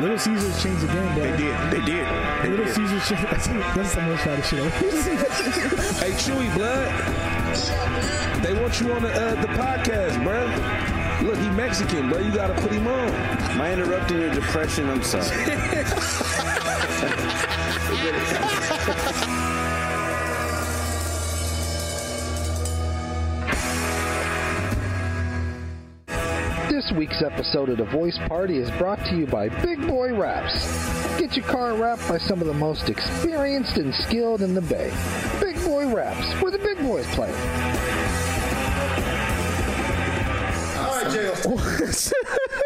Little Caesars changed the game, bro. They did. They did. They Little did. Caesars changed. That's, that's some more shot of shit. Hey, Chewy Blood. They want you on the, uh, the podcast, bruh. Look, he Mexican, bro. You gotta put him on. Am I interrupting your depression? I'm sorry. This week's episode of The Voice Party is brought to you by Big Boy Wraps. Get your car wrapped by some of the most experienced and skilled in the Bay. Big Boy Wraps, where the big boys play.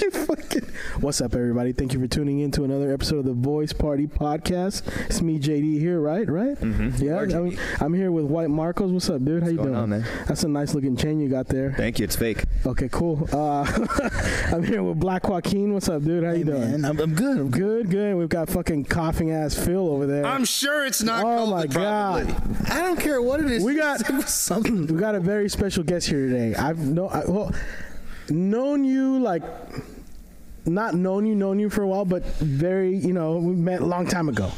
You fucking- What's up, everybody? Thank you for tuning in to another episode of the Voice Party Podcast. It's me, JD, here, right? Right? Mm-hmm. Yeah, I'm, I'm here with White Marcos. What's up, dude? How you going doing? on, man? That's a nice looking chain you got there. Thank you. It's fake. Okay, cool. Uh, I'm here with Black Joaquin. What's up, dude? How you doing? Man, I'm, I'm good. I'm good. Good, good. We've got fucking coughing ass Phil over there. I'm sure it's not. Oh COVID, my God. probably. I don't care what it is. We got- something. we got a very special guest here today. I've no, I, well, known you like not known you, known you for a while, but very, you know, we met a long time ago.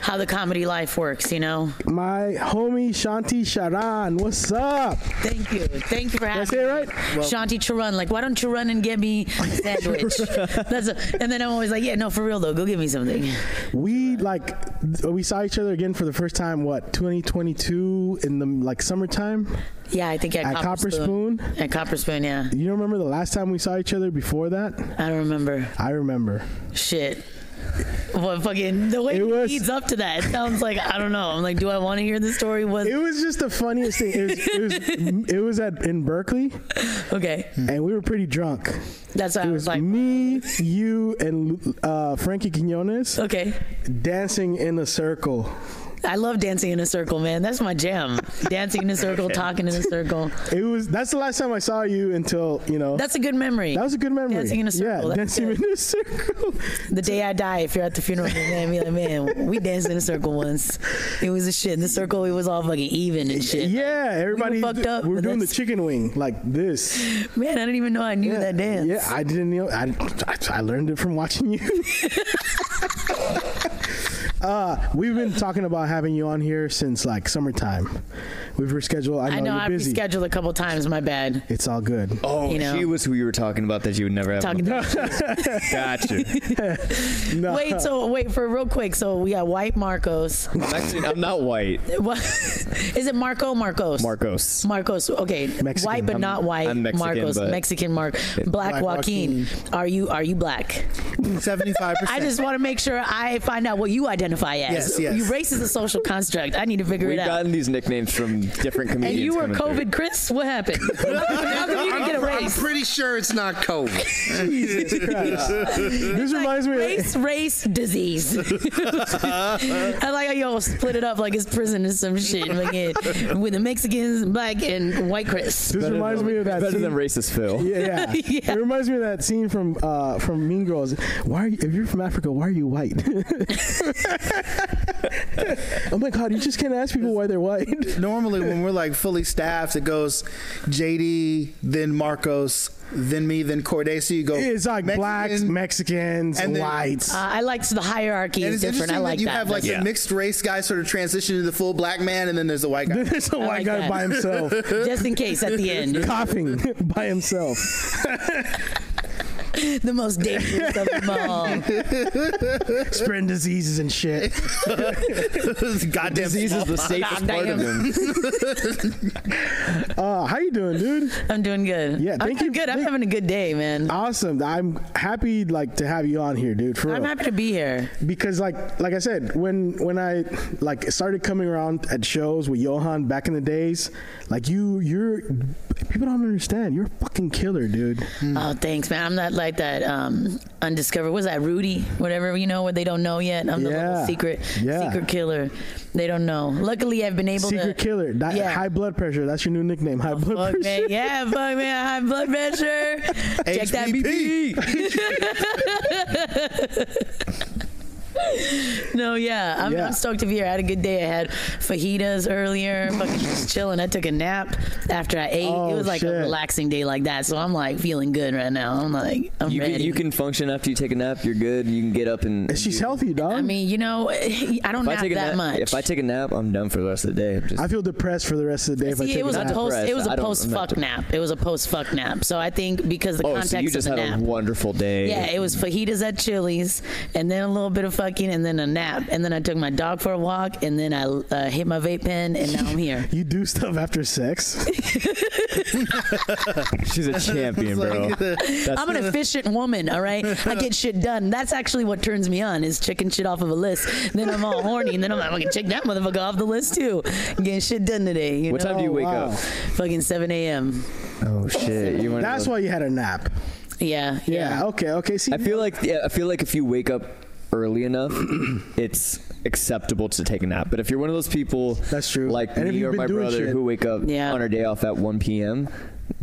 how the comedy life works, you know. My homie Shanti Sharan, what's up? Thank you, thank you for having Did I say it right? me. Shanti Chirun, like, why don't you run and get me a sandwich? That's a, and then I'm always like, yeah, no, for real though, go get me something. We like th- we saw each other again for the first time. What 2022 in the like summertime? Yeah, I think at, At Copper Spoon? At Copper Spoon, yeah, You don't remember the last time we saw each other before that? I don't remember I remember. shit. What fucking the way It it was- leads up to that it sounds like I don't know. I'm like, do I want to hear the story? Was It was just the funniest thing. It was it was, it was at in Berkeley, okay. and we were pretty drunk. That's why I It was was like, me, you, and uh, Frankie Quinones okay. dancing in a circle. I love dancing in a circle, man. That's my jam. Dancing in a circle, talking in a circle. It was that's the last time I saw you until you know. That's a good memory. that was a good memory. Dancing in a circle. Yeah, That's dancing it. in a circle. The day I die, if you're at the funeral, you're gonna be like, man, we danced in a circle once. It was a shit. In the circle, it was all fucking even and shit. Yeah, everybody. fucked up, we're but doing the that's- chicken wing like this. Man, I didn't even know I knew Yeah, that dance. Yeah, I didn't know. I, I, I learned it from watching you. uh, we've been talking about having you on here since like summertime. We've rescheduled. I know, I know you're I busy. rescheduled a couple times. My bad. It's all good. Oh, You know. she was who you were talking about that you would never have. Talking to Gotcha. No. wait, so wait for real quick. So we got White Marcos. I'm actually, I'm not white. What is it, Marco? Marcos. Marcos. Marcos. Okay, Mexican. white but not white. I'm Mexican, Marcos. but- Mexican Mark. Black, Black Joaquin. Are you are you black? 75%. I just want to make sure I find out what you identify as. Yes, yes. You race is a social construct. I need to figure We've it out. gotten these nicknames from different comedians. And you were COVID, coming Chris. What happened? How come you didn't get a I'm race? pretty sure it's not COVID. this reminds me. Of, Race, race, disease. I like how y'all split it up like it's prison or some shit. Like it, with the Mexicans, black, and white Chris. Uh, this reminds me of that. Better scene- than racist Phil. Yeah, yeah. Yeah. It reminds me of that scene from uh, from Mean Girls. Why are you, if you're from Africa, why are you white? oh my God, you just can't ask people why they're white. Normally, when we're like fully staffed, it goes JD, then Marcos, then me, then Corday. So you go. It's like Mexican. blacks, Mexicans, And then- whites. Uh, I liked the hierarchy And is it's different. interesting I like that you that. have like Yeah. the mixed race guy sort of transition to the full black man, and then there's the white guy. There's a white like guy that. by himself just in case at the end, coughing by himself. the most dangerous of them all. spreading diseases and shit. Goddamn Disease is the safest part of them. Uh, how you doing, dude? I'm doing good. Yeah, I'm thank doing you. Good. I'm Thank- having a good day, man. Awesome. I'm happy like to have you on here, dude. For I'm real. happy to be here. because like like I said, when when I like started coming around at shows with Johan back in the days, like you you're people don't understand. You're a fucking killer, dude. Oh, thanks, man. I'm not like that um, undiscovered. What's that, Rudy? Whatever you know, what they don't know yet. I'm the Yeah. little secret, Yeah. secret killer. They don't know. Luckily, I've been able Secret to. killer. Di- uh, yeah. Oh, High blood pressure. That's your new nickname. High blood Fuck pressure. man, yeah, fuck man, high blood pressure. Check that BP. No, yeah. I'm, Yeah. I'm stoked to be here. I had a good day. I had fajitas earlier, fucking just chilling. I took a nap after I ate. Oh, it was like shit. a relaxing day like that. So I'm like feeling good right now. I'm like, I'm You ready. can, you can function after you take a nap. You're good. You can get up and. And she's healthy, dog. I mean, you know, I don't if I nap take a that nap, much. If I take a nap, I'm done for the rest of the day. I'm just, I feel depressed for the rest of the day. if I See, take it was a a nap. post. It was a I don't- I'm post fuck not- nap. It was a post fuck nap. So I think because the Oh, context so you of just the had nap. a wonderful day. yeah, it was fajitas at Chili's, and then a little bit of fucking, and then a nap, and then I took my dog for a walk, and then I uh, hit my vape pen, and now I'm here. You do stuff after sex. She's a champion, bro. I'm an efficient woman, all right? I get shit done. That's actually what turns me on is checking shit off of a list. Then I'm all horny, and then I'm like, I can check that motherfucker off the list too. Getting shit done today. You What know? time do you Oh, wake wow. up? Fucking 7 a.m. Oh shit! You went That's why you had a nap. Yeah, Yeah. Okay. Okay. See, I feel like yeah, I feel like if you wake up early enough, it's acceptable to take a nap. But if you're one of those people, That's true. Like And if me you've or been my doing brother shit- who wake up Yeah. on our day off at 1 p.m.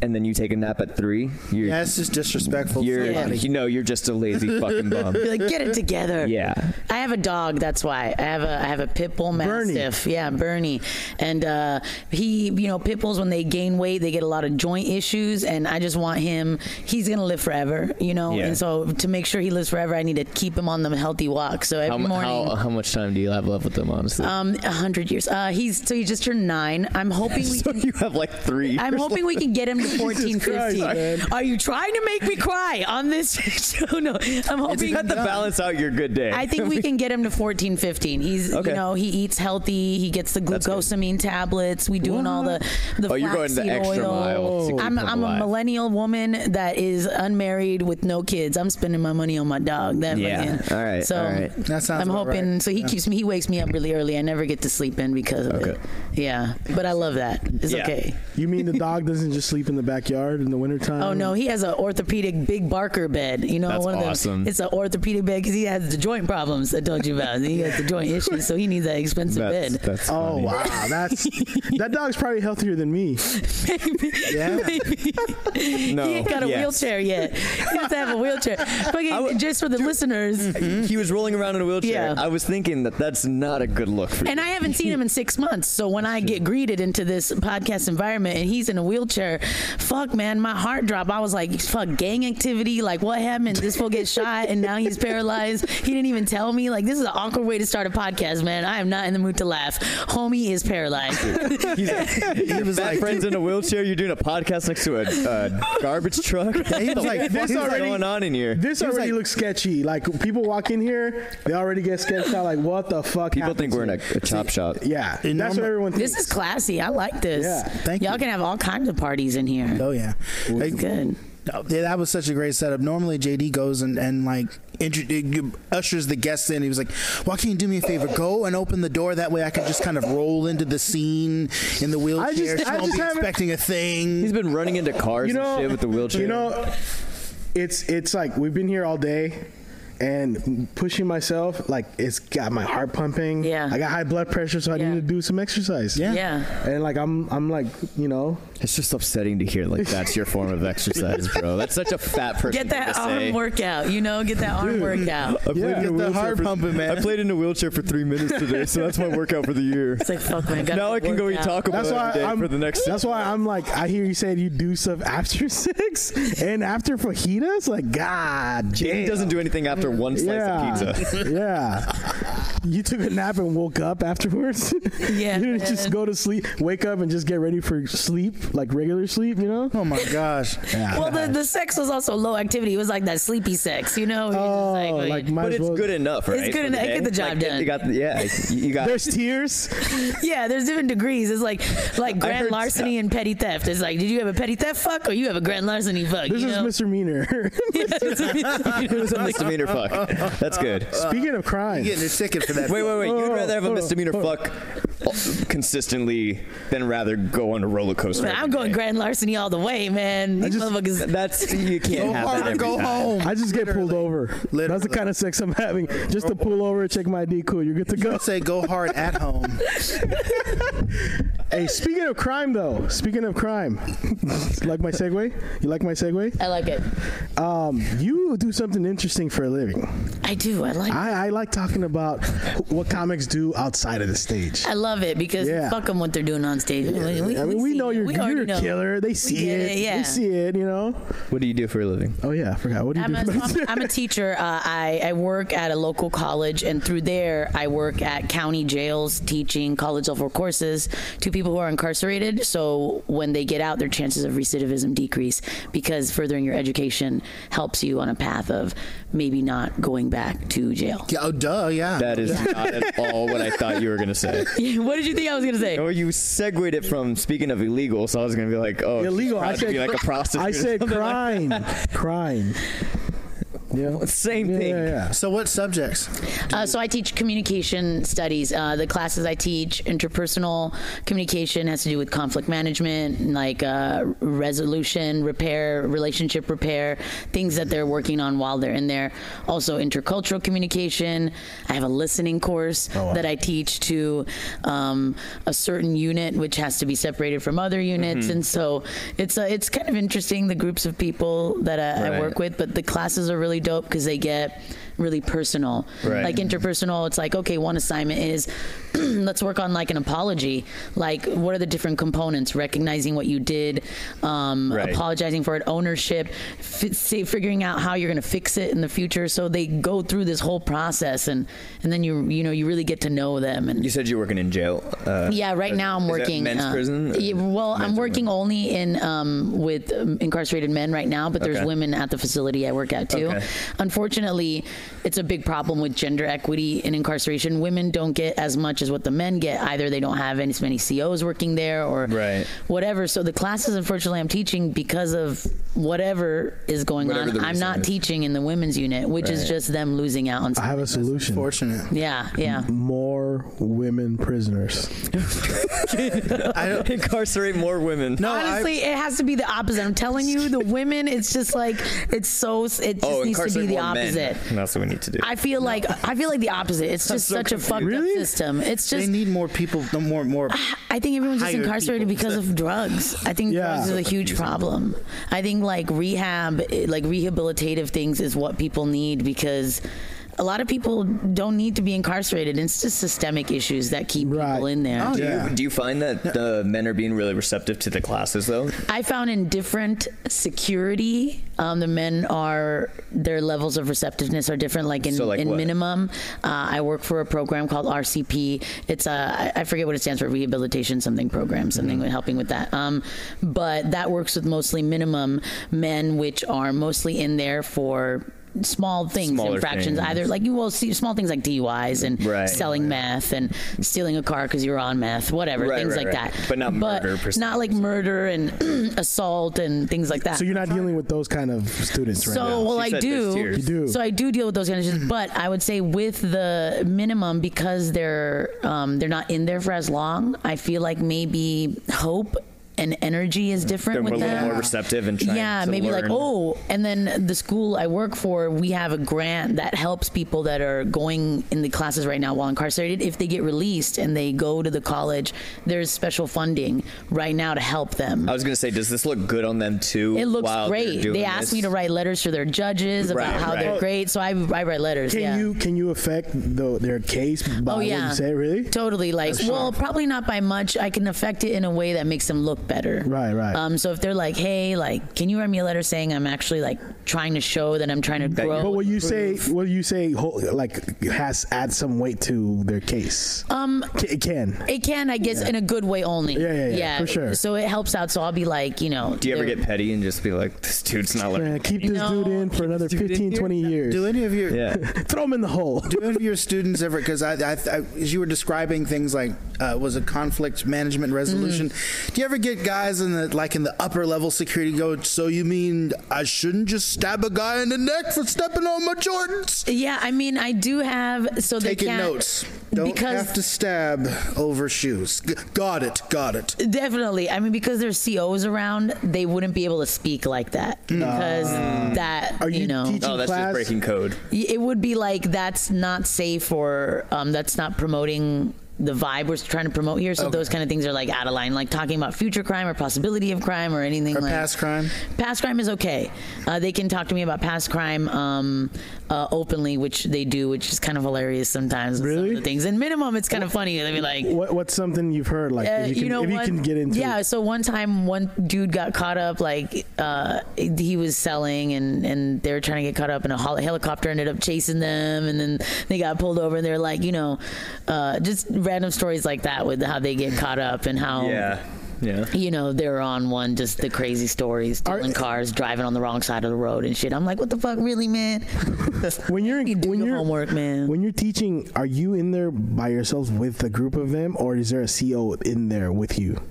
and then you take a nap at three. You're, Yeah, it's just disrespectful. you're to somebody. you know you're just a lazy fucking bum. Be like, get it together. Yeah. I have a dog. That's why I have a I have a pit bull Bernie. mastiff. Yeah, Bernie, and uh, he, you know, pit bulls when they gain weight, they get a lot of joint issues, and I just want him. He's gonna live forever, you know, Yeah. and so to make sure he lives forever, I need to keep him on the healthy walk. So every How, uh morning. how, how much time do you have left with them, honestly? um, a hundred years. Uh, he's so he just turned nine. I'm hoping we So can you have like three. I'm hoping we can get him to 14, Christ, 15. man. Are you trying to make me cry on this show? No, I'm It's hoping had to balance out your good day. I think we can get him to fourteen, fifteen. He's, Okay. you know, he eats healthy. He gets the glucosamine tablets. We doing all the the Oh, you're going the flaxseed extra oil. mile to keep I'm him I'm a alive. millennial woman that is unmarried with no kids. I'm spending my money on my dog. That Yeah. fucking- All right, So all right. That sounds I'm about hoping. right. So he keeps me. He wakes me up really early. I never get to sleep in because of it. Yeah, but I love that. It's Yeah. okay. you mean the dog doesn't just sleep in the backyard in the wintertime? Oh no, he has an orthopedic big Barker bed. You know, That's one of them. awesome. It's an orthopedic bed because he has the joint problems I told you about. he has the joint issues, so he needs that expensive That's, bed. that's Oh funny. wow, that's that dog's probably healthier than me. No, he ain't got a yes. wheelchair yet. He has to have a wheelchair. Fucking just for the listeners. he was rolling around in a wheelchair. Yeah. I was thinking that that's not a good look for you. And I haven't seen him in six months. So when I get greeted into this podcast environment and he's in a wheelchair, fuck, man, my heart dropped. I was like, fuck, gang activity. Like, what happened? This fool get shot and now he's paralyzed. He didn't even tell me. Like, this is an awkward way to start a podcast, man. I am not in the mood to laugh. Homie is paralyzed. He's like, your fat friend's in a wheelchair. You're doing a podcast next to a uh, garbage truck. he was like, what's he was like- going on in here? This was already like- looks sketchy. Like people walk in here, they already get sketched out. Like what the fuck? People happened think we're in a, here? a chop shop. Yeah, In that's what normal- everyone thinks. This is classy. I like this. Yeah, thank Y'all you. can have all kinds of parties in here. Oh yeah, Like, Good. no, yeah, that was such a great setup. Normally JD goes and, and like intro- ushers the guests in. He was like, "Why can't you do me a favor? Go and open the door. That way I can just kind of roll into the scene in the wheelchair. I just- she I won't just be haven't- expecting a thing." He's been running into cars you know, and shit with the wheelchair. You know, it's it's like we've been here all day. And pushing myself, like it's got my heart pumping. Yeah. I got high blood pressure, so I Yeah. need to do some exercise. Yeah. Yeah. and like I'm, I'm like, you know, It's just upsetting to hear like that's your form of exercise, bro. That's such a fat person. Get thing that to arm say. workout, you know? Get that arm workout. I played Yeah. in a Get that wheelchair heart for- pumping, man. I played in a wheelchair for three minutes today, so that's my workout for the year. It's like, fuck, man. gotta Now I can go eat workout. Taco Bell That's why every day I'm for the next. That's why I'm like I hear you said you do stuff after six and after fajitas. Like God, He damn. doesn't do anything after one slice yeah, of pizza. yeah. You took a nap and woke up afterwards. Yeah, you didn't just man. go to sleep, wake up, and just get ready for sleep, like regular sleep. You know. oh my gosh. Well, the, the sex was also low activity. It was like that sleepy sex, you know? You're Oh, just like, like, might But as it's well. good enough, right? good for enough. day? Get the job Like, done. You got, the- yeah, you got. There's tears. yeah, there's different degrees. It's like like grand heard- larceny and petty theft. It's like, did you have a petty theft fuck or you have a grand larceny fuck? This you is know? misdemeanor. It was a misdemeanor fuck. That's good. Speaking of crime, Getting a ticket for that. Wait, wait, wait. You'd Oh, rather have a oh, misdemeanor fuck consistently than rather go on a roller coaster. Man, I'm every going day. grand larceny all the way, man. These motherfuckers. That's you can't Go have hard that or every go time. home. I just get pulled over. That's Literally. the kind of sex I'm having. Just to pull over, check my ID. Cool, you're good to go. Say go hard at home. Hey, speaking of crime, though, speaking of crime, like my segue? You like my segue? I like it. Um, you do something interesting for a living. I do. I like. I, I like talking about what comics do outside of the stage. I love it because Yeah. fuck them what they're doing on stage. We, I mean, we, see know it. you're, We already you're a know. killer. They see get it. it, yeah. They see it, you know? What do you do for a living? Oh, yeah, I forgot. What do you I'm a, do? I'm, I'm a teacher. Uh, I, I work at a local college, and through there, I work at county jails teaching college level courses to people who are incarcerated. So when they get out, their chances of recidivism decrease because furthering your education helps you on a path of maybe not going back to jail. Yeah, oh, duh, yeah. That is not at all what I thought you were gonna say. what did you think I was going to say? Or you segued it from speaking of illegal, so I was gonna be like, oh, she's Illegal. proud I to said, be like a prostitute. I or said something crime. like- crime. Yeah. Same Yeah, thing. yeah, yeah. So what subjects? Uh, so I teach communication studies. Uh, the classes I teach, interpersonal communication, has to do with conflict management, and, like uh, resolution, repair, relationship repair, things that they're working on while they're in there. Also intercultural communication. I have a listening course that I teach to um, a certain unit, which has to be separated from other units, and so it's uh, it's kind of interesting the groups of people that I, I Right. work with. But the classes are really dope because they get really personal Right. like interpersonal it's like okay one assignment is let's work on like an apology like what are the different components recognizing what you did um, Right. apologizing for it ownership fi- see, figuring out how you're going to fix it in the future so they go through this whole process and and then you you know you really get to know them and You said you're working in jail. Uh, yeah, right now I'm is that working. uh, men's prison? yeah, well, I'm Men's or working only in um, with um, incarcerated men right now, but there's Okay. women at the facility I work at too. Okay. Unfortunately, it's a big problem with gender equity in incarceration. Women don't get as much as what the men get. Either they don't have any, as many COs working there, or Right. whatever. So the classes, unfortunately, I'm teaching because of whatever is going Whatever the on. I'm reason not is. teaching in the women's unit, which is Right. just them losing out on. I have a solution. Fortunate. yeah, yeah. More women prisoners. I don't, Incarcerate more women. no, I, Honestly, it has to be the opposite. I'm telling you, the women, it's just like it's so it just Oh, needs to be incarcerate the more men. opposite. That's what we need to do. I feel like I feel like the opposite. It's just so such a fucked confused. up system. It's they just need more people. No more, more. I think everyone's just hire incarcerated people. because of drugs. I think Yeah. drugs is a huge problem. I think like rehab, eh, like rehabilitative things is what people need because a lot of people don't need to be incarcerated. It's just systemic issues that keep Right. people in there. Oh, do, you, yeah. do you find that the men are being really receptive to the classes though? I found in different security, um, the men are their levels of receptiveness are different. Like in, So, like, in what? minimum, uh, I work for a program called RCP. It's a I- I forget what it stands for, rehabilitation something program, something Mm-hmm. with helping with that. Um, but that works with mostly minimum men, which are mostly in there for small things, Smaller infractions, things. either like you will see small things like DUIs and Right. selling meth and stealing a car because you're on meth, whatever, Right, things right, like right. that. But not murder per se. Not like murder and assault and things like that. So you're not dealing with those kind of students right So, now. well, She I said there's do. tears. You do. So I do deal with those kind of issues, but I would say with the minimum because they're um, they're not in there for as long. I feel like maybe hope and energy is different They're a with little them. more receptive and trying Yeah, to maybe like learn. oh, and then the school I work for, we have a grant that helps people that are going in the classes right now while incarcerated. If they get released and they go to the college, there's special funding right now to help them. I was gonna say, does this look good on them too? It looks while they're great. doing They asked this? me to write letters to their judges about Right, how right. they're great, so I, I write letters. Can yeah. you can you affect the, their case by Oh yeah. what you say? Really? Totally. Like, well, probably not by much. I can affect it in a way that makes them look better. Right, right. Um, so if they're like, hey, like, can you write me a letter saying I'm actually like trying to show that I'm trying to That grow? you're- But what you say, what you say, ho- like has add some weight to their case. Um, it can. It can, I guess, in a good way only. Yeah, yeah, yeah, for sure. So it helps out. So I'll be like, you know, Do you ever they're- get petty and just be like, this dude's not learning? Man, keep this No, dude in for another 15, 20 years. do any of your Yeah. Throw him in the hole. do any of your students ever? Because I, I, I, as you were describing things like uh, was a conflict management resolution. Mm. Do you ever get guys in the like in the upper level security go? So you mean I shouldn't just stab a guy in the neck for stepping on my Jordans? Yeah, I mean, I do have. So they Taking can't. notes. Don't because have to stab over shoes. G- got it. Got it. Definitely. I mean, because there's COs around, they wouldn't be able to speak like that because that Are you, you know teaching Oh, that's class? just breaking code. it would be like that's not safe or um, that's not promoting the vibe we're trying to promote here. So those kind of things are like out of line, like talking about future crime or possibility of crime or anything Or like past crime? Past crime is okay. Uh, they can talk to me about past crime um, uh, openly, which they do, which is kind of hilarious sometimes. with some of Really? the things and minimum, it's kind of funny. They'll be like, What, what's something you've heard? Like, uh, if you can, if you what? can get into yeah so one time one dude got caught up like uh, he was selling and, and they were trying to get caught up and a hol- helicopter ended up chasing them and then they got pulled over and they're like you know uh, just random stories like that with how they get caught up and how Oh. Yeah. Yeah. you know they're on one just the crazy stories stealing cars driving on the wrong side of the road and shit i'm like what the fuck really man when you're in, you do when your you're homework man when you're teaching, are you in there by yourself with a group of them, or is there a CO in there with you?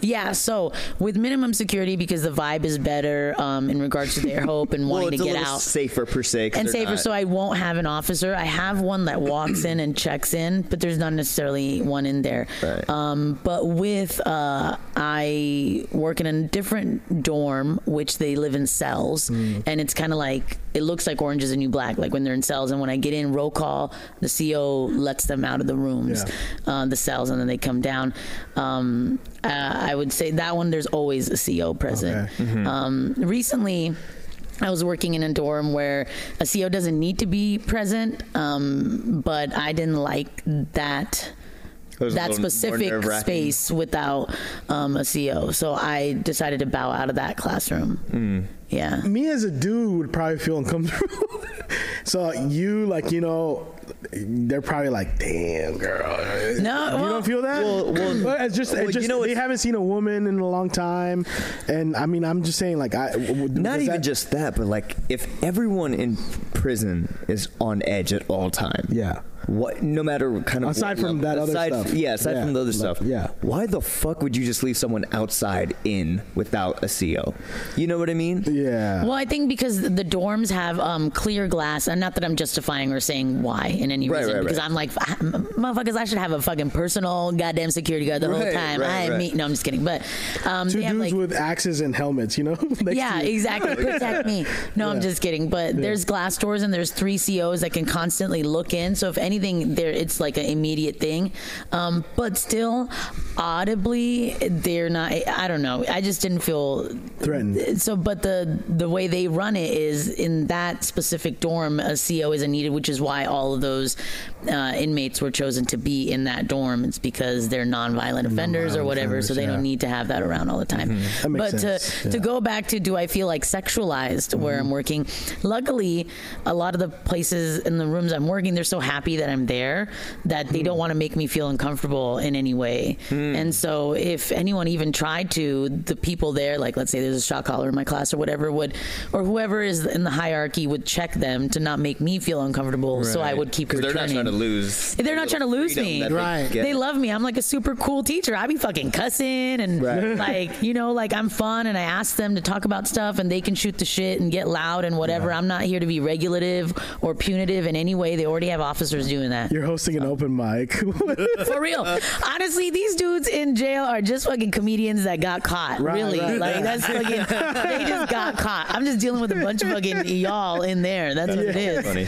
Yeah, so with minimum security because the vibe is better um, in regards to their hope and wanting well, it's to a get little out. safer per se. 'cause and they're safer, not- so I won't have an officer. I have one that walks in and checks in, but there's not necessarily one in there. Right. Um, but with uh, I work in a different dorm, which they live in cells, and it's kind of like it looks like Orange is a New Black, like when they're in cells. And when I get in roll call, the CO lets them out of the rooms, uh, the cells, and then they come down. Um, uh, I would say that one there's always a CO present. Um, recently. I was working in a dorm where a CO doesn't need to be present, um, but I didn't like that It was a that little more specific nerve-wracking. space without um, a CO. So I decided to bow out of that classroom. Hmm. Yeah. me as a dude would probably feel uncomfortable. so you like you know, they're probably like, damn girl. No, you well- don't feel that. Well, well- it's just, well, it's you just know, they it's- haven't seen a woman in a long time, and I mean, I'm just saying like I w- w- Not does even that- just that, but like if everyone in prison is on edge at all time. Yeah. What? No matter kind of what Aside from level- that other aside, stuff. Yeah. Aside Yeah, from the other like, stuff. yeah. Why the fuck would you just leave someone outside in without a CO? You know what I mean? Yeah. Well, I think because the dorms have um, clear glass, and not that I'm justifying or saying why in any Right, reason, right, right. because I'm like, "Ah, m- motherfuckers, I should have a fucking personal goddamn security guard the whole Right, time. right, I ain't right. me. No, I'm just kidding. But um, Two they have dudes like with axes and helmets, you know. next yeah, to you. exactly. Protect me. No, I'm just kidding. But there's glass doors and there's three COs that can constantly look in. So if anything, there it's like an immediate thing. Um, but still, audibly, they're not. I don't know. I just didn't feel Threatened. So, but the the way they run it is in that specific dorm, a CO isn't needed, which is why all of those uh, inmates were chosen to be in that dorm. It's because they're nonviolent offenders or whatever, so they don't need to have that around all the time. Mm-hmm. That makes but sense, to to yeah. go back to do I feel like sexualized where Mm-hmm. I'm working? Luckily, a lot of the places in the rooms I'm working, they're so happy that I'm there that they Mm. don't want to make me feel uncomfortable in any way. And so, if anyone even tried to, the people there, like let's say there's a shot caller in my class or whatever, would, or whoever is in the hierarchy would check them to not make me feel uncomfortable. So I would keep Because they're returning. not trying to lose. They're the not trying to little lose freedom me. that they Right. get. They love me. I'm like a super cool teacher. I be fucking cussing and Right. like, you know, like I'm fun and I ask them to talk about stuff and they can shoot the shit and get loud and whatever. I'm not here to be regulative or punitive in any way. They already have officers doing that. You're hosting an open mic. For real. Honestly, these dudes in jail are just fucking comedians that got caught. Right, really. right, like that's fucking they just got caught. I'm just dealing with a bunch of fucking y'all in there. That's what it is. Funny.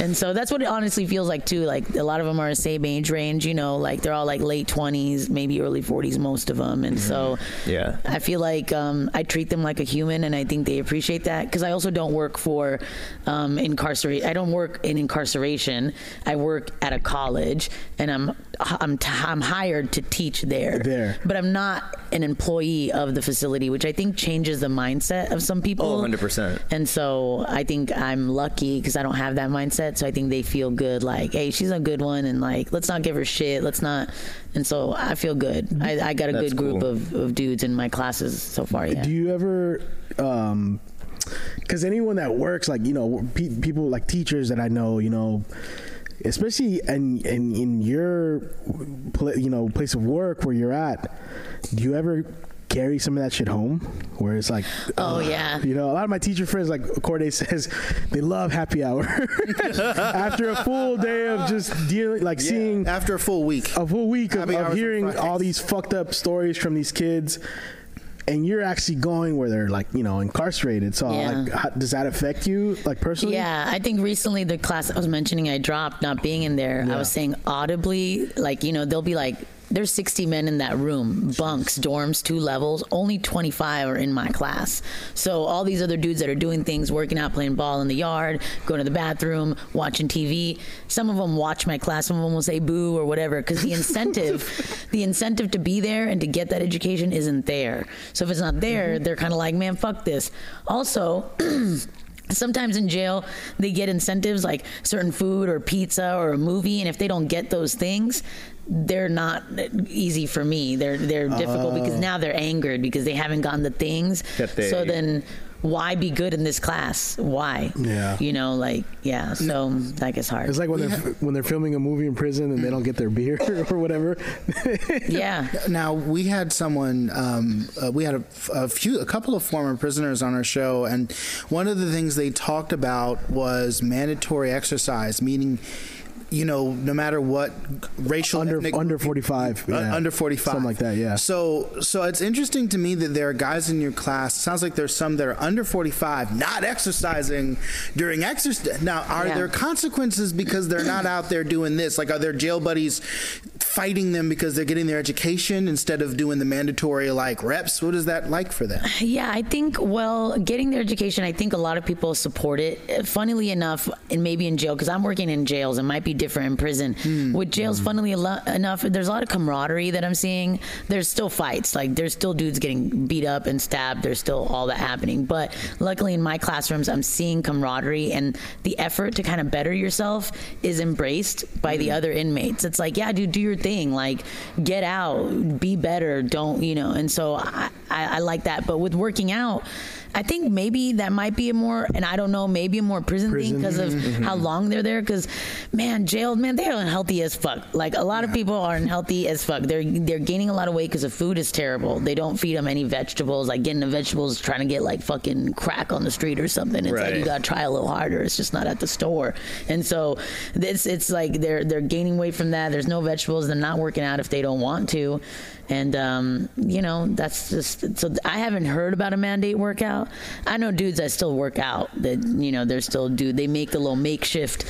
And so that's what it honestly feels like too. Like a lot of them are the same age range, you know, like they're all like late twenties, maybe early forties, most of them. And so Yeah. I feel like um, I treat them like a human, and I think they appreciate that because I also don't work for um, incarcerate. I don't work in incarceration. I work at a college, and I'm I'm t- I'm hired to teach there. There. but I'm not an employee of the facility, which I think changes the mindset of some people. Oh, 100%. And so I think I'm lucky because I don't have that mindset. So I think they feel good, like, hey, she's a good one, and like, let's not give her shit. Let's not. And so I feel good. I, I got a That's good group cool. of, of dudes in my classes so far. Yeah. Do you ever, um, because anyone that works, like you know, pe- people like teachers that I know, you know, especially in in, in your, pla- you know, place of work where you're at, do you ever? Carry some of that shit home, where it's like, Oh, ugh. yeah. you know, a lot of my teacher friends, like Corday says, they love happy hour after a full day of just dealing, like seeing After a full week. a full week of, Happy of hours on hearing Fridays. all these fucked up stories from these kids. and you're actually going where they're like you know incarcerated. So Yeah. like, how, does that affect you like personally? Yeah, I think recently the class I was mentioning I dropped not being in there. I was saying audibly, like you know, they'll be like. There's 60 men in that room, bunks, dorms, two levels. Only 25 are in my class. So all these other dudes that are doing things, working out, playing ball in the yard, going to the bathroom, watching TV. Some of them watch my class. Some of them will say boo or whatever because the incentive, the incentive to be there and to get that education isn't there. So if it's not there, they're kind of like, man, fuck this. Also. Sometimes in jail, they get incentives like certain food or pizza or a movie, and if they don't get those things, they're not easy for me. They're they're difficult because now they're angered because they haven't gotten the things. Ah. That they- so then, why be good in this class? Why? Yeah. you know, like yeah. So that gets hard. It's like when they're when they're filming a movie in prison and they don't get their beer or whatever. yeah, Now we had someone, um, uh, we had a, a few, a couple of former prisoners on our show, and one of the things they talked about was mandatory exercise, meaning, you know, no matter what racial Under- ethnic- under 45, uh, yeah. under forty five, Something like that, yeah. So, so it's interesting to me that there are guys in your class. Sounds like there's some that are under forty five, not exercising during exercise. Now, are Yeah. there consequences because they're not out there doing this? Like, are their jail buddies fighting them because they're getting their education instead of doing the mandatory like reps? What is that like for them? Yeah, I think, well, getting their education, I think a lot of people support it. Funnily enough, and maybe in jail, because I'm working in jails, it might be different in prison. With jails, funnily elo- enough, there's a lot of camaraderie that I'm seeing. There's still fights, like, there's still dudes getting beat up and stabbed. There's still all that happening. But luckily, in my classrooms, I'm seeing camaraderie and the effort to kind of better yourself is embraced by the other inmates. It's like, yeah, dude, do your thing. Like, get out, be better. Don't, you know, and so I, I, I like that. But with working out, I think maybe that might be a more, and I don't know, maybe a more prison, thing because of how long they're there. Because man, jailed man, they're unhealthy as fuck. Like a lot of people are unhealthy as fuck. They're they're gaining a lot of weight because the food is terrible. They don't feed them any vegetables. Like getting the vegetables, trying to get like fucking crack on the street or something. It's like Right. you got to try a little harder. It's just not at the store. And so this it's like they're they're gaining weight from that. There's no vegetables. They're not working out if they don't want to. And um, you know that's just so I haven't heard about a mandate workout. I know dudes that still work out that you know they're still do they make the little makeshift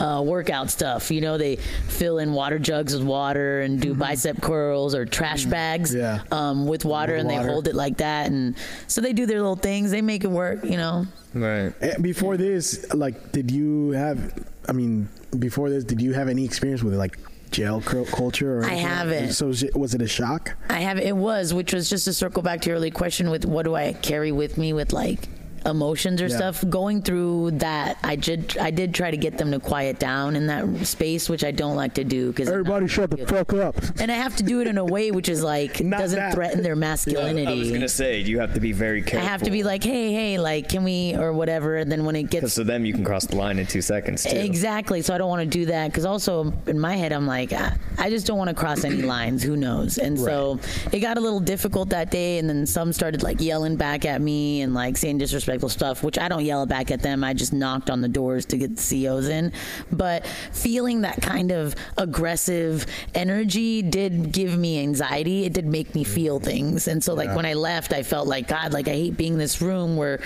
uh, workout stuff. You know they fill in water jugs with water and do bicep curls or trash bags Yeah. um, with water and they water. hold it like that and so they do their little things. They make it work. You know Right. Eh, Before this, like, did you have? I mean, before this, did you have any experience with like jail cru- culture? Or I anything? haven't. So was it, was it a shock? I have it was, which was just to circle back to your early question with what do I carry with me with like emotions or Yeah. stuff going through that I did I did try to get them to quiet down in that space which I don't like to do because Everybody, shut the fuck up. and I have to do it in a way which is like Not doesn't that. threaten I their was masculinity gonna say you have to be very I careful. have to be like hey hey like can we or whatever and then when it gets because to them you can cross the line in two seconds too. Exactly. So I don't want to do that because also in my head I'm like I, I just don't want to cross any lines. Who knows? And so it got a little difficult that day, and then some started like yelling back at me and like saying disrespectful stuff, which I don't yell back at them. I just knocked on the doors to get the COs in, but feeling that kind of aggressive energy did give me anxiety. It did make me feel things, and so like when I left, I felt like God, like I hate being in this room where,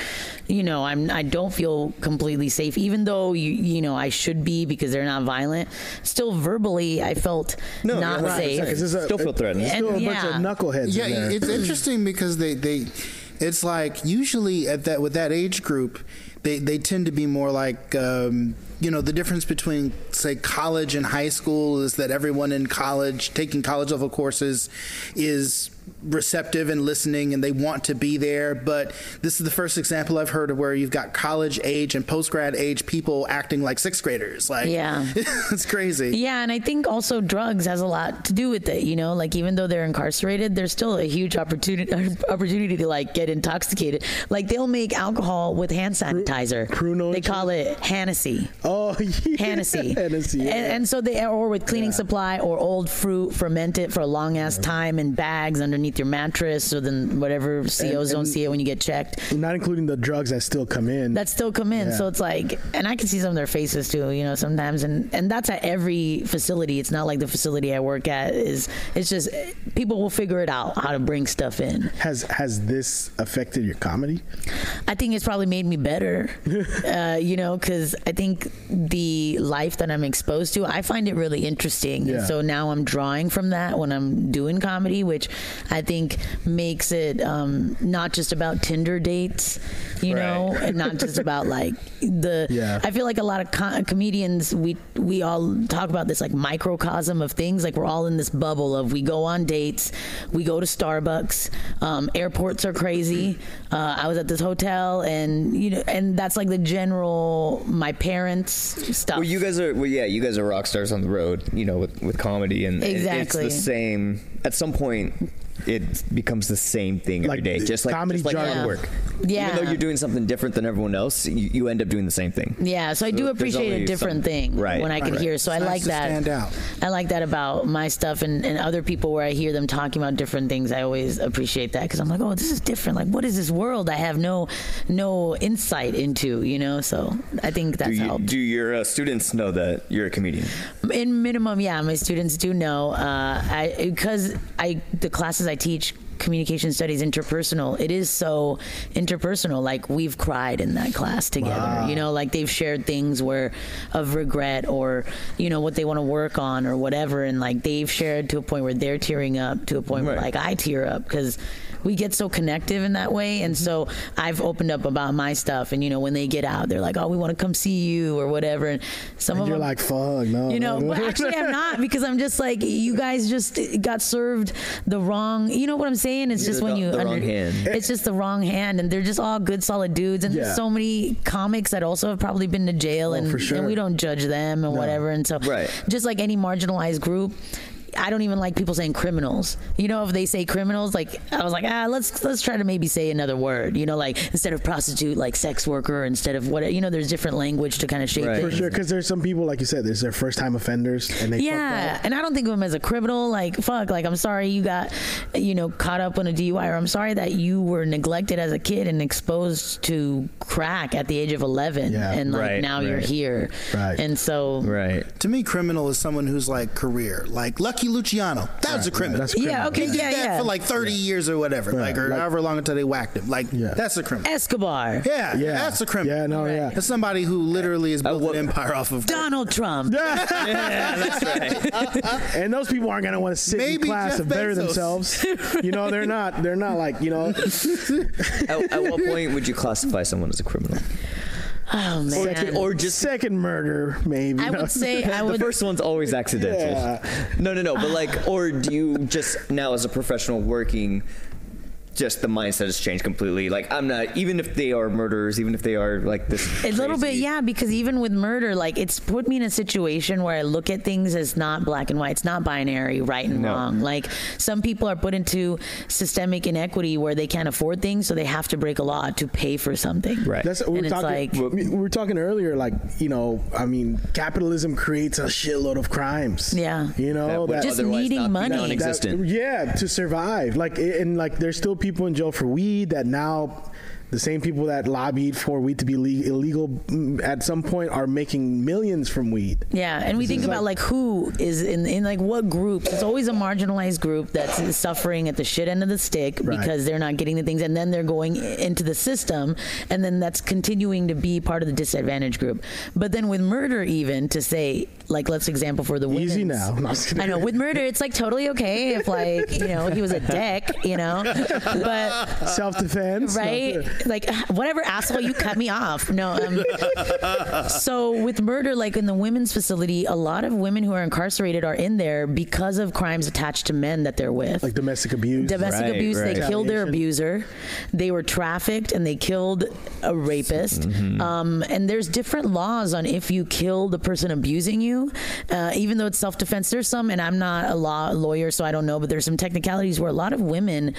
you know, I'm I don't feel completely safe, even though you you know I should be because they're not violent. Still, verbally, I felt not safe. Is this a- Still feel threatened. Still a And- yeah. bunch of knuckleheads. Yeah, in there. it's interesting because they they it's like usually at that with that age group they they tend to be more like um you know the difference between say college and high school is that everyone in college taking college level courses is receptive and listening and they want to be there but this is the first example I've heard of where you've got college age and post grad age people acting like sixth graders like Yeah. it's crazy Yeah, and I think also drugs has a lot to do with it. You know, like even though they're incarcerated, there's still a huge opportunity opportunity to like get intoxicated. Like they'll make alcohol with hand sanitizer. Pruno and They call it Hennessy. Oh, yeah. Hennessy. Hennessy. And, Yeah. and so they or with cleaning supply or old fruit fermented for a long ass time in bags underneath your mattress so then whatever COs don't see it when you get checked. not including the drugs that still come in. That still come in. So it's like and I can see some of their faces too, you know, sometimes and and that's at every facility. It's not like the facility I work at is it's just eh, people will figure it out how to bring stuff in. has has this affected your comedy? I think it's probably made me better, uh, you know, because I think the life that I'm exposed to, I find it really interesting. Yeah. So now I'm drawing from that when I'm doing comedy, which I think makes it um, not just about Tinder dates, you know, and not just about like the. Yeah. I feel like a lot of co- comedians, we we all talk about this like microcosm of things. Like we're all in this bubble of we go on dates, we go to Starbucks, um, airports are crazy. Uh, I was at this hotel, and you know, and that's like the general my parents stuff. Well, you guys are. Well, yeah, you guys are rock stars on the road. You know, with with comedy and it- Exactly. it's the same. At some point, it becomes the same thing Like, every day. Just like comedy just like jargon. at work. Yeah. Even though you're doing something different than everyone else, you, you end up doing the same thing. yeah, so I do there's appreciate only a different some- thing Right, when I can right. hear. So I It's nice like to that. stand out. I like that about my stuff and, and other people where I hear them talking about different things. I always appreciate that because I'm like, oh, this is different. Like, what is this world I have no no insight into? You know, so I think that's Do, you, helped. do your uh, students know that you're a comedian? In minimum, yeah, my students do know. Uh, I because I the classes I teach communication studies interpersonal it is so interpersonal like we've cried in that class together you know like they've shared things where of regret or you know what they want to work on or whatever and like they've shared to a point where they're tearing up to a point where like i tear up because we get so connective in that way Mm-hmm. and so i've opened up about my stuff and you know when they get out they're like oh we want to come see you or whatever and some And of you're them like, fuck, no. you know, no, no. well, actually, I'm not because I'm just like you guys just got served the wrong. You know what I'm saying? It's just the- when you the wrong hand. It's just the wrong hand, and they're just all good, solid dudes. And Yeah. there's so many comics that also have probably been to Oh, jail, and, for and we sure. don't judge them and whatever. And so, Right. just like any marginalized group. I don't even like people saying criminals. You know, if they say criminals, like I was like, ah, let's let's try to maybe say another word. You know, like instead of prostitute, like sex worker, instead of what you know, there's different language to kind of shape Right. things. For sure, because there's some people, like you said, there's their first time offenders, and they fucked Yeah, and I don't think of him as a criminal. Like fuck, like I'm sorry you got, you know, caught up on a DUI, or I'm sorry that you were neglected as a kid and exposed to crack at the age of 11, Yeah. and like Right, now you're right. here, Right. And so, Right. To me, criminal is someone who's like career, like Lucky Luciano. That was a criminal. that's yeah, okay, He did yeah, that yeah. for like 30 years or whatever, like or however long until they whacked him. Like Yeah. that's a criminal. Escobar, Yeah, Yeah. that's a criminal. Yeah, no, yeah. That's somebody who literally is built what- an empire off of. Donald Trump. up. And those people aren't gonna want to sit in Maybe class Jeff and better Bezos. themselves. you know, they're not. They're not like you know. at, at what point would you classify someone as a criminal? Oh man, second, or just second murder, maybe. I No. would say I the would. first one's always accidental. Yeah. No, no, no. But like, or do you just now as a professional working, just the mindset has changed completely? Like, I'm not. Even if they are murderers, even if they are like this, A little bit, crazy- yeah, because even with murder, like it's put me in a situation where I look at things as not black and white. It's not binary, right and wrong. Like some people are put into systemic inequity where they can't afford things, so they have to break a law to pay for something. Right. That's we And were it's talking. like- we were talking earlier, like you know, I mean, capitalism creates a shitload of crimes. Yeah. you know, would Oh, that, Just otherwise needing not be money. That- Non-existent. yeah, to survive. Like a- and like, there's still people in jail for weed that now. The same people that lobbied for weed to be le- illegal mm, at some point are making millions from weed. Yeah, and we think is about like, like- who is in in like what group. It's always a marginalized group that's suffering at the shit end of the stick Right. because they're not getting the things, and then they're going i- into the system, and then that's continuing to be part of the disadvantaged group. But then with murder, even to say like, let's example for the women. Easy now. No, I'm just kidding. I know with murder, it's like totally okay if like you know he was a dick, you know, but Self defense, right? Like whatever asshole you cut me off. No. Um, so with murder, like in the women's facility, a lot of women who are incarcerated are in there because of crimes attached to men that they're with. like domestic abuse. Domestic Right, abuse. They right. killed their abuser. They were trafficked and they killed a rapist. Mm-hmm. Um, and there's different laws on if you kill the person abusing you, uh, even though it's self defense. There's some, and I'm not a law lawyer, so I don't know, but there's some technicalities where a lot of women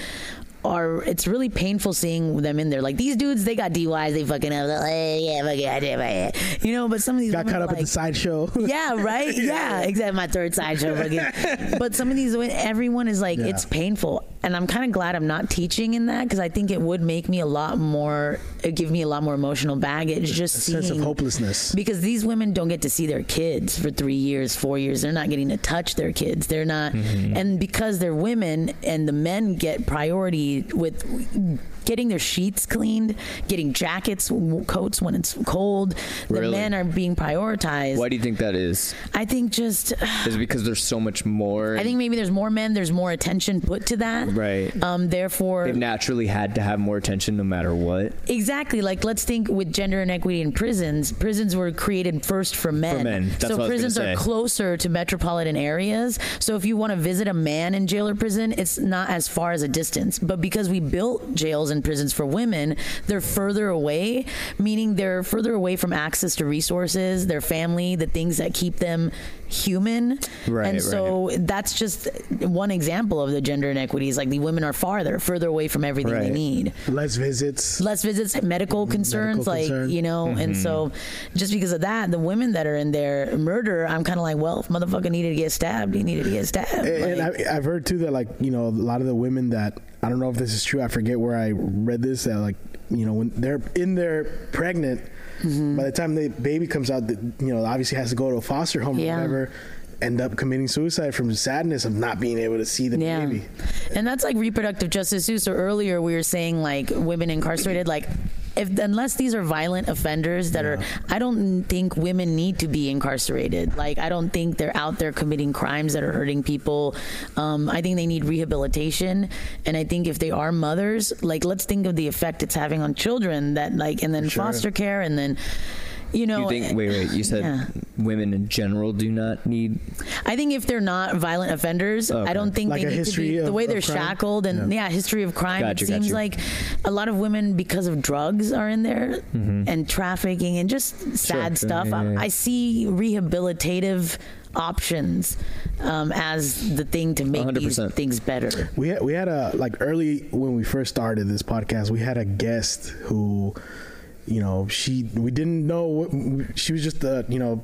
are it's really painful seeing them in there. Like these dudes, they got DUIs, they fucking have, like, yeah, fucking, I did my- you know. But some of these Got women, caught up like, at the sideshow. yeah, right. Yeah, exactly. My third side show again. But some of these, women- everyone is like, Yeah. it's painful, and I'm kind of glad I'm not teaching in that because I think it would make me a lot more, it give me a lot more emotional baggage. Just sense of seeing- hopelessness. because these women don't get to see their kids for three years, four years. They're not getting to touch their kids. They're not, and because they're women and the men get priority with getting their sheets cleaned, getting jackets, w- coats when it's cold. The Really? men are being prioritized. Why do you think that is? I think just Is it because there's so much more? I think maybe there's more men. There's more attention put to that. Right. Um. Therefore, they've naturally had to have more attention no matter what. Exactly. Like, let's think with gender inequity in prisons. Prisons were created first for men. men. That's so what I was prisons gonna are say. closer to metropolitan areas. So if you want to visit a man in jail or prison, it's not as far as a distance. But because we built jails and prisons for women, they're further away, meaning they're further away from access to resources, their family, the things that keep them human. Right, And so that's just one example of the gender inequities. Like the women are farther, further away from everything they Right. need Less visits. less visits, medical concerns, Medical like concern. you know, and so just because of that, the women that are in there murder, I'm kind of like, well, if motherfucker needed to get stabbed, he needed to get stabbed. And, Like, and I, I've heard too that like you know a lot of the women that I don't know if this is true. I forget where I read this that like you know when they're in there pregnant, Mm-hmm. by the time the baby comes out, the, you know obviously has to go to a foster home Yeah. or whatever. End up committing suicide from sadness of not being able to see the yeah, baby. and that's like reproductive justice too. So earlier we were saying like women incarcerated, like. If, unless these are violent offenders that are, I don't think women need to be incarcerated. Like, I don't think they're out there committing crimes that are hurting people. Um, I think they need rehabilitation, and I think if they are mothers, like, let's think of the effect it's having on children. That like, and then foster care, and then, you know, eh, You think? Wait, wait. You said Oh, Yeah. women in general do not need. I think if they're not violent offenders, I don't think Like they a need history to be of- the way of they're crime? shackled and yeah. history of crime. Gotcha, it seems gotcha. like a lot of women because of drugs are in there and trafficking and just sad Sure, stuff. yeah, I, yeah, yeah. I see rehabilitative options um, as the thing to make these 100%. things better. We had, we had a like early when we first started this podcast, we had a guest who, you know, she we didn't know what she was just uh, you know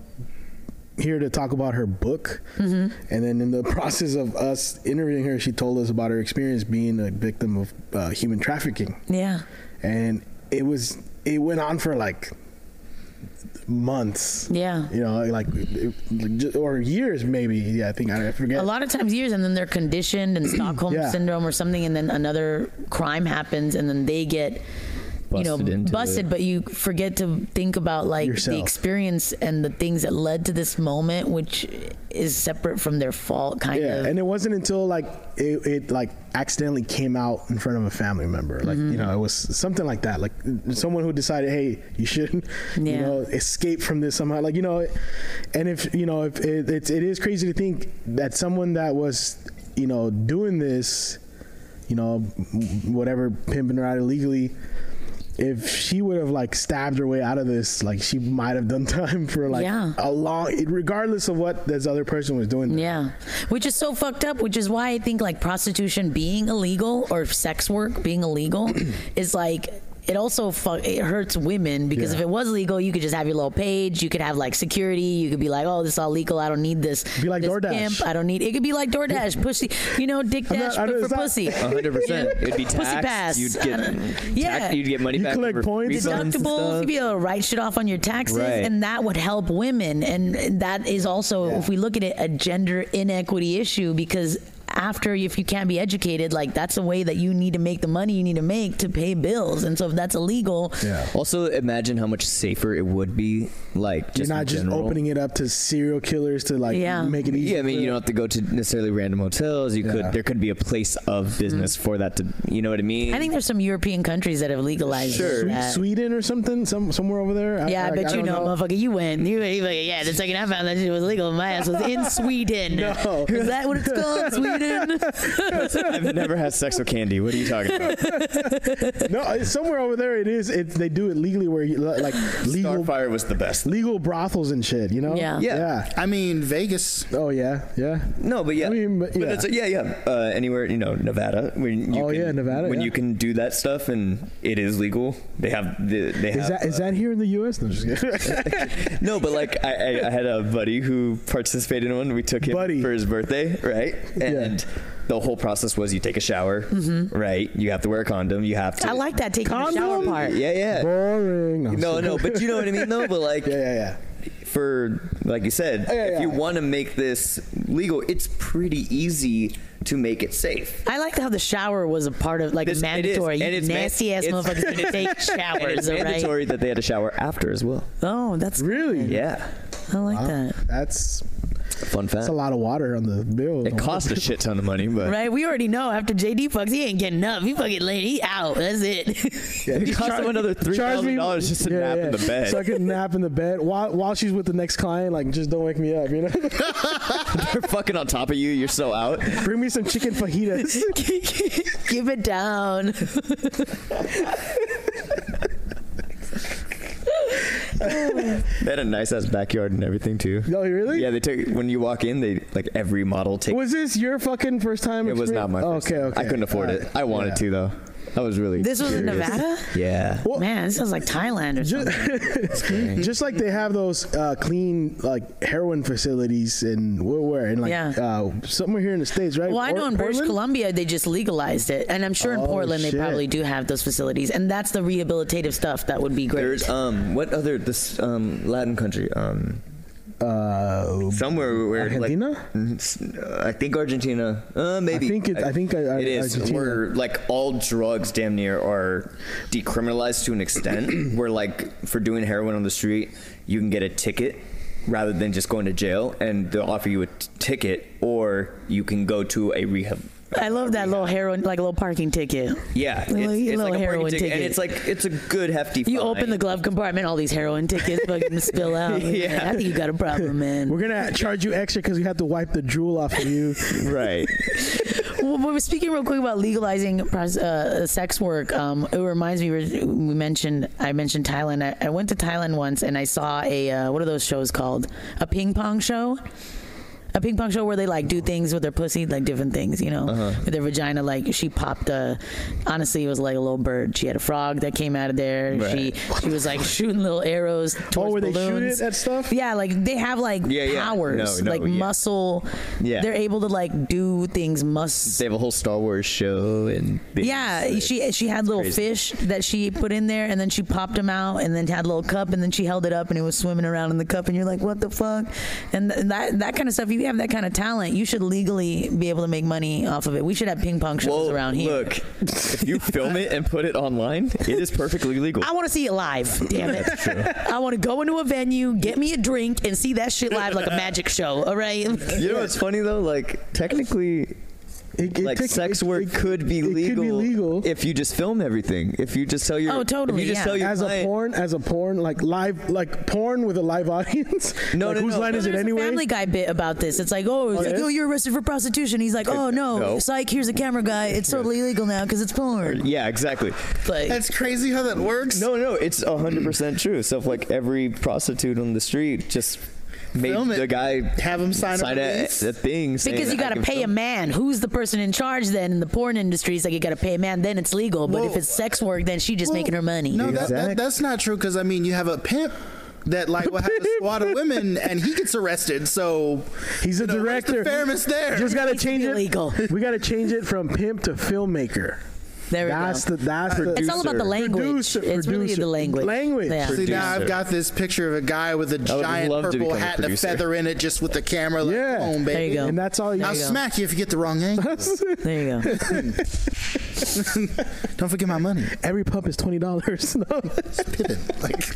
here to talk about her book, Mm-hmm. and then in the process of us interviewing her, she told us about her experience being a victim of uh, human trafficking, Yeah. and it was it went on for like months. Yeah. You know, like, it- or years maybe. Yeah, I think I forget. A lot of times years, and then they're conditioned and Stockholm Yeah. syndrome or something, and then another crime happens, and then they get. You know, Busted into busted, it. but you forget to think about like Yourself. the experience and the things that led to this moment, which is separate from their fault, kind Yeah, of. and it wasn't until like it, it like accidentally came out in front of a family member, like Mm-hmm. you know, it was something like that, like someone who decided, hey, you shouldn't, you Yeah. know, escape from this somehow, like you know, and if you know, if it, it's it is crazy to think that someone that was, you know, doing this, you know, whatever pimping her out illegally. If she would have like stabbed her way out of this, like she might have done time for like Yeah. a long, regardless of what this other person was doing. Yeah, which is so fucked up. Which is why I think like prostitution being illegal or sex work being illegal is like. It also fu- it hurts women because if it was legal, you could just have your little page. You could have like security. You could be like, "Oh, this is all legal. I don't need this." Be like this DoorDash. pimp. I don't need. It could be like DoorDash, pussy. You know, Dick I'm Dash not- I but don't- for it's not- pussy. 100. percent It'd be Pussy taxed. pass. You'd I don't- get. Yeah. tax- You'd get money You back. collect for points. refunds and deductibles. stuff. You'd be able to write shit off on your taxes, Right. and that would help women. And, and that is also, if we look at it, a gender inequity issue because after if you can't be educated like that's a way that you need to make the money you need to make to pay bills and so if that's illegal Also, imagine how much safer it would be. Like You're just not in just general. opening it up to serial killers to like Yeah. make it easy. Yeah, I mean, you don't have to go to necessarily random hotels. You Yeah. could there could be a place of business for that to, you know what I mean? Mm-hmm. i think there's some european countries that have legalized Sure. Swe- that. Sweden or something, some somewhere over there. uh, yeah, I like, bet you don't know, motherfucker. You went. You, you fucking- yeah, the second I found that shit was legal, my ass was in Sweden. No. Is that what it's called? Sweden? women. I've never had sex with candy. What are you talking about? No, it's somewhere over there. It is. It, they do it legally, where you like legal Starfire was the best. legal brothels and shit. You know? Yeah. Yeah. yeah. I mean, Vegas. Oh yeah, yeah. No, but yeah, I mean, but yeah. it's yeah, yeah. Uh, anywhere you know, Nevada. When you Oh, can, yeah, Nevada, When yeah. you can do that stuff and it is legal, they have the they have. Is that is that here in the U.S.? No, just kidding. no, but like I, I, I had a buddy who participated in one. We took him Buddy. for his birthday, right? And the whole process was you take a shower, Mm-hmm. right? You have to wear a condom. You have to. I like that taking the shower part. Yeah, yeah. Boring. I'm No, no, but you know what I mean, though. But like, Yeah, yeah, yeah. for like you said, Yeah, if yeah. you want to make this legal, it's pretty easy to make it safe. I liked how the shower was a part of like This- it is, mandatory. and You it's man- nasty ass it's- motherfuckers and gonna it's- take And it's showers, all right? mandatory that they had a shower after as well. Oh, that's Really? Yeah, I like that. That's fun fact. that's a lot of water on the bill. It cost a shit ton of money, but Right, we already know after JD fucks, he ain't getting up. He fucking laid, he out. That's it. it cost him another three Charge me- thousand dollars just to Yeah, nap yeah. in the bed. So I could nap in the bed while while she's with the next client. Like, just don't wake me up. You know, They're fucking on top of you. You're so out. bring me some chicken fajitas. Give it down. They had a nice ass backyard and everything too. No, you Oh, really? Yeah, they took when you walk in, they like every model takes. Was this your fucking first time? It was not my. Oh, first okay, time. okay. Uh, I couldn't afford Alright. it. I wanted Yeah. to though. I was really. This was in curious. Nevada? Yeah. Well- Man, this sounds like Thailand or something. Just like they have those uh, clean like heroin facilities in where, where in like Yeah. uh, somewhere here in the states, right? Well, I Or- know in British Portland? Columbia they just legalized it, and I'm sure in Oh, Portland they shit. probably do have those facilities, and that's the rehabilitative stuff that would be great. There's um, what other this um Latin country um Uh, somewhere where Argentina? Like, Mhm, s- uh, I think Argentina. Uh, maybe. I think it- I think I- I- it uh, is Argentina. where like all drugs damn near are decriminalized to an extent. where like for doing heroin on the street, you can get a ticket rather than just going to jail, and they'll offer you a t- ticket, or you can go to a rehab. I love that little heroin, like little parking ticket. Yeah, it's, Little- it's little like a parking heroin ticket, and ticket. it's like it's a good hefty. You fine. open the glove compartment, all these heroin tickets fucking spill out. Man, I think you got a problem, man. We're gonna charge you extra because we have to wipe the drool off of you. Right. well, we were speaking real quick about legalizing pros- uh, sex work. Um, it reminds me we mentioned I mentioned Thailand. I, I went to Thailand once and I saw a uh, what are those shows called? A ping pong show. A ping pong show where they like do things with their pussy, like different things, you know, Uh-huh. with their vagina. Like she popped a, honestly, it was like a little bird. She had a frog that came out of there. She she was like shooting little arrows towards oh, where they shoot balloons. it at stuff? Yeah, like they have like Yeah, yeah. powers, No, no, like yeah. muscle. Yeah. they're able to like do things. Mus. They have a whole Star Wars show, and Yeah, she she had little fish that she put in there, and then she popped them out, and then had a little cup, and then she held it up, and it was swimming around in the cup, and you're like, what the fuck? And th- that that kind of stuff. If you have that kind of talent, you should legally be able to make money off of it. We should have ping pong shows Well, around here. look, if you film it and put it online, it is perfectly legal. I want to see it live. Damn it! I want to go into a venue, get me a drink, and see that shit live like a magic show. All right. You know what's funny though? Like technically, It- it like take- sex it- work it- could be it legal. could be legal. if you just film everything. If you just tell your Oh, totally, If you just yeah. tell your as a client- porn, as a porn, like live, like porn with a live audience. No, like, no, whose no. line No, is it There's a anyway? Family Guy bit about this. It's like, oh, it's like, yeah? oh, you're arrested for prostitution. He's like, oh no, No. psych. Here's a camera guy. It's totally illegal now because it's porn. Yeah, exactly. Like, That's crazy how that works. No, no, it's hundred percent true. So if, like every prostitute on the street just made Film it. the guy Have him sign a a, release. a thing saying because you that I got to can pay a film- man. Who's the person in charge then in the porn industry? It's like you got to pay a man. Then it's legal. But if Well- it's sex work, then she just Well, making her money. No, that, that, that's not true because I mean, you have a pimp that like will have a squad of women and he gets arrested. So He's a you know, where's director. The fairness there. Just gotta Needs to change be it. legal. We gotta change it from pimp to filmmaker. there we That's go. the that's the it's all about the language. Producer, it's really producer. the language. Language. Yeah. See now, Producer. I've got this picture of a guy with a would giant love to purple become a hat and a producer. feather in it, just with the camera. Like, Yeah. yeah, home, There There you baby. go. And that's all you. I'll you go. smack you if you get the wrong angle. There you go. Don't forget my money. Every pump is twenty dollars. Like,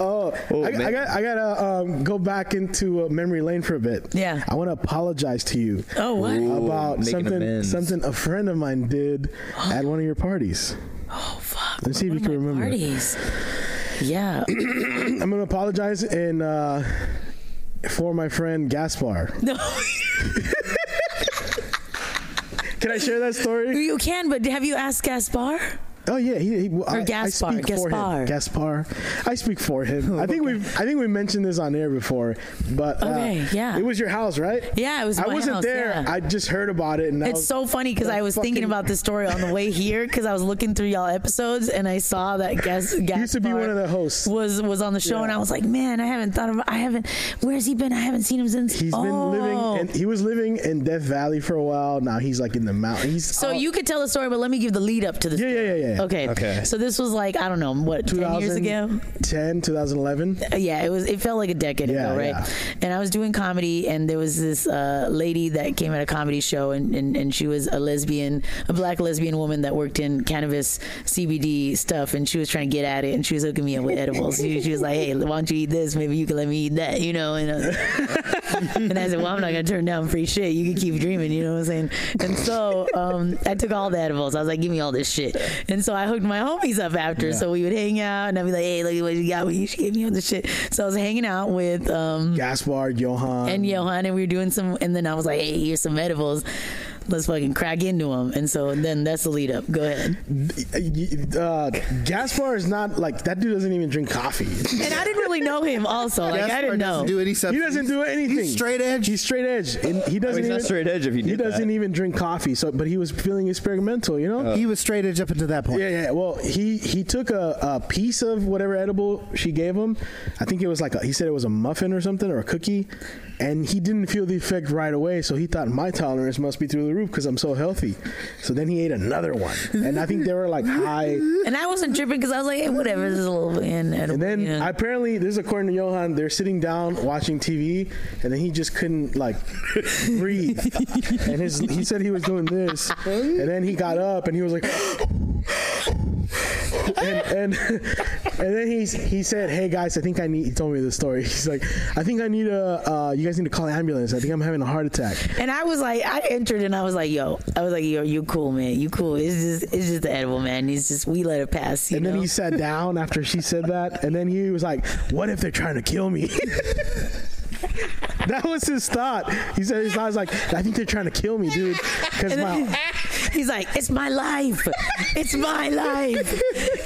oh, I, man. I got. I gotta um, go back into uh, memory lane for a bit. Yeah. I want to apologize to you Oh what? about making something amends. something a friend of mine did at one of your parties. Oh fuck. Let's see if One you of can my remember. Parties. Yeah. I'm gonna apologize and uh, for my friend Gaspar. No. Can I share that story? You can, but have you asked Gaspar? Oh yeah, he, he, well, I, I Gaspar, speak for him. Gaspar. I speak for him. I think we've I think we mentioned this on air before, but uh, Okay, yeah. it was your house, right? Yeah, it was I my wasn't house, there. yeah. I just heard about it, and I It's was, so funny because I was thinking about this story on the way here because I was looking through y'all episodes and I saw that Gas Gaspar used to be one of the hosts. was was on the show and I was like, man, I haven't thought of I haven't where's he been? I haven't seen him since. He's oh. been living, and he was living in Death Valley for a while. Now he's like in the mountains. He's so all- you could tell the story, but let me give the lead up to this. Yeah, yeah, yeah, yeah. Okay. Okay. So this was like I don't know what ten years ago. 2010, 2011. Uh, yeah, it was. It felt like a decade Yeah, ago, right? yeah. And I was doing comedy, and there was this uh, lady that came at a comedy show, and, and, and she was a lesbian, a black lesbian woman that worked in cannabis CBD stuff, and she was trying to get at it, and she was hooking me up with edibles. she, she was like, "Hey, why don't you eat this? Maybe you can let me eat that," you know. And, uh, and I said, "Well, I'm not gonna turn down free shit. You can keep dreaming." You know what I'm saying? And so um, I took all the edibles. I was like, "Give me all this shit," and so I hooked my homies up after, so we would hang out, and I'd be like, "Hey, look at what you got. You should give me all this shit." So I was hanging out with. Um, Gaspar, Johan. and Johan, and we were doing some, and then I was like, "Hey, here's some edibles. Let's fucking crack into them." And so then that's the lead up. Go ahead. uh, Gaspar is not like that dude doesn't even drink coffee. And I didn't really know him. Also, like I Gaspar didn't know. doesn't do any He substance. doesn't do anything. He's straight edge. He's straight edge, and he doesn't. he's not even, straight edge if he did that. doesn't even drink coffee. So, but he was feeling experimental, you know. Oh. he was straight edge up until that point. Yeah, yeah. Well, he he took a, a piece of whatever edible she gave him. I think it was like a, he said it was a muffin or something or a cookie, and he didn't feel the effect right away. So he thought my tolerance must be through the roof because I'm so healthy. So then he ate another one, and I think they were like high. And I wasn't tripping because I was like, hey, "Whatever, this is a little in edible." And then you know. apparently, this is according to Johan, they're sitting down watching TV, and then he just couldn't like breathe. and his, he said he was doing this, and then he got up and he was like, and and, and then he he said, "Hey guys, I think I need." He told me this story. He's like, "I think I need a. Uh, you guys need to call an ambulance. I think I'm having a heart attack." And I was like, I entered and I was like, yo, I was like, yo, you cool, man. You cool. It's just, it's just the edible, man. It's just, we let it pass. You And know? then he sat down after she said that, and then he was like, "What if they're trying to kill me?" that was his thought. He said his thought was like, "I think they're trying to kill me, dude, because my He's like, it's my life. It's my life.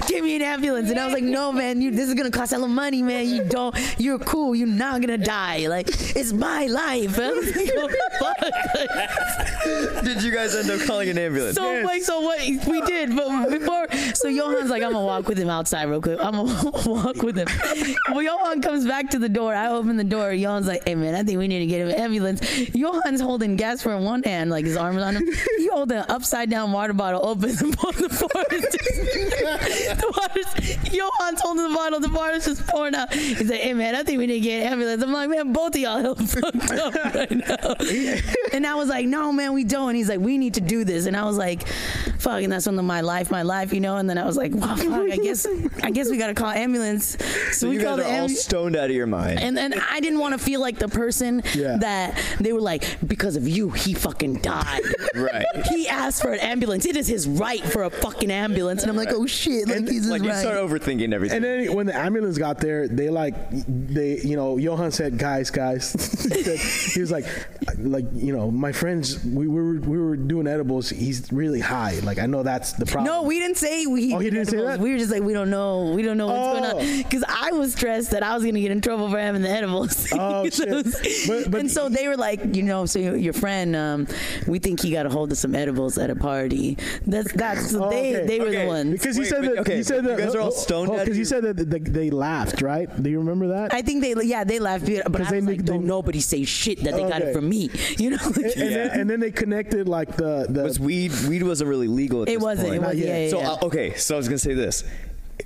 Give me an ambulance. And I was like, no, man, you, this is going to cost a lot of money, man. You don't, you're cool. You're not going to die. Like, it's my life. I was like, "Oh, fuck." Did you guys end up calling an ambulance? So like so what we did, but before so Johan's like I'm gonna walk with him outside real quick. I'm gonna walk with him. well, Johan comes back to the door. I open the door. Johan's like, "Hey man, I think we need to get him an ambulance." Johan's holding Gasper in one hand, like his arm is on him. He holding an upside down water bottle open. The, bo- the bar is just, the water's, Johan's holding the bottle. The bar is just pouring out. He's like, "Hey man, I think we need to get an ambulance." I'm like, "Man, both of y'all are fucked up right now." and I was like, "No man, we don't." And he's like, "We need to do this." And I was like, "Fuck!" And that's when the my life, my life, you know. And then I was like, "Wow, fuck! I guess, I guess we gotta call ambulance." So, you we guys called are the all ambulance. stoned out of your mind. And and I didn't want to feel like the person Yeah. that they were like, because of you, he fucking died. Right. He asked for an ambulance. It is his right for a fucking ambulance. And I'm like, oh shit, like he's his Like you right. start overthinking everything. And then when the ambulance got there, they like they you know Johan said, "Guys, guys," he, said- he was like, "Like you know, my friends, we, we were we were doing edibles. He's really high. Like I know that's the problem." no, we didn't say we. Oh, he didn't say edibles. that? We were just like, we don't know, we don't know what's Oh. going on, because I was stressed that I was gonna get in trouble for having the edibles. Oh, shit. But- but- and so they were like, you know, so your your friend, um, we think he got a hold of some edibles at a party. That's that's Oh, they okay. they were Okay. the ones. Because he Wait, said but- that okay, he said but that oh, you guys are all stoned out of Because he your- said that they, they laughed, right? Do you remember that? I think they, yeah, they laughed, but 'Cause I they was like, make- don't they- nobody say shit that they got Okay. it from me. You know, like, and, Yeah. then, and then they connected like the the was weed weed wasn't really legal at It this wasn't, point. it wasn't, yeah, yeah, so yeah. uh, okay so i was gonna say this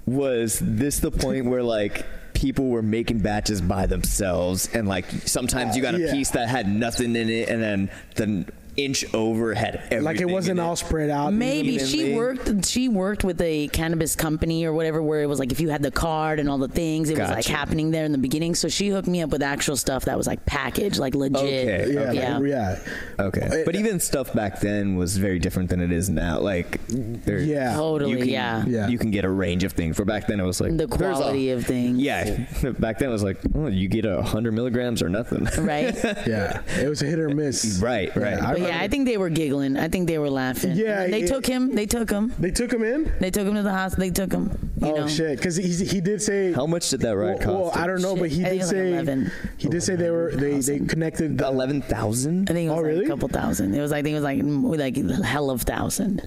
was this the point where like people were making batches by themselves and like sometimes you got a Yeah. piece that had nothing in it and then the inch over had everything like it wasn't all spread out. maybe she Evenly. worked. She worked with a cannabis company or whatever, where it was like if you had the card and all the things, it was like Gotcha. happening there in the beginning. So she hooked me up with actual stuff that was like packaged, like legit. Okay, Yeah, like, yeah. yeah. okay but even stuff back then was very different than it is now like there, Yeah. Totally, you can, yeah. Yeah. you can get a range of things for back then it was like The there's a- quality of things. yeah back then it was like oh, you get a hundred milligrams or nothing Right. yeah. It was a hit or miss. Right, right. Yeah, I But yeah, I think they were giggling. I think they were laughing. Yeah, And they it- took him. They took him. They took him in. They took him to the hospital. They took him. You oh know. shit! Because he he did say How much did that ride Well, well, cost? I don't know, Shit, but he I did think it was like say 11. he did say they were they they connected. The, Eleven thousand. I think it was Oh, like really? a couple thousand. It was I think it was like mm, like a hell of thousand.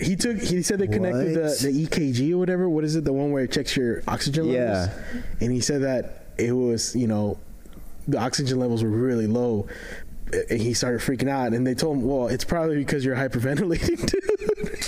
he took he said they connected What? the, the EKG or whatever. What is it? The one where it checks your oxygen levels. Yeah. And he said that it was you know the oxygen levels were really low. And he started freaking out, and they told him, "Well, it's probably because you're hyperventilating, dude."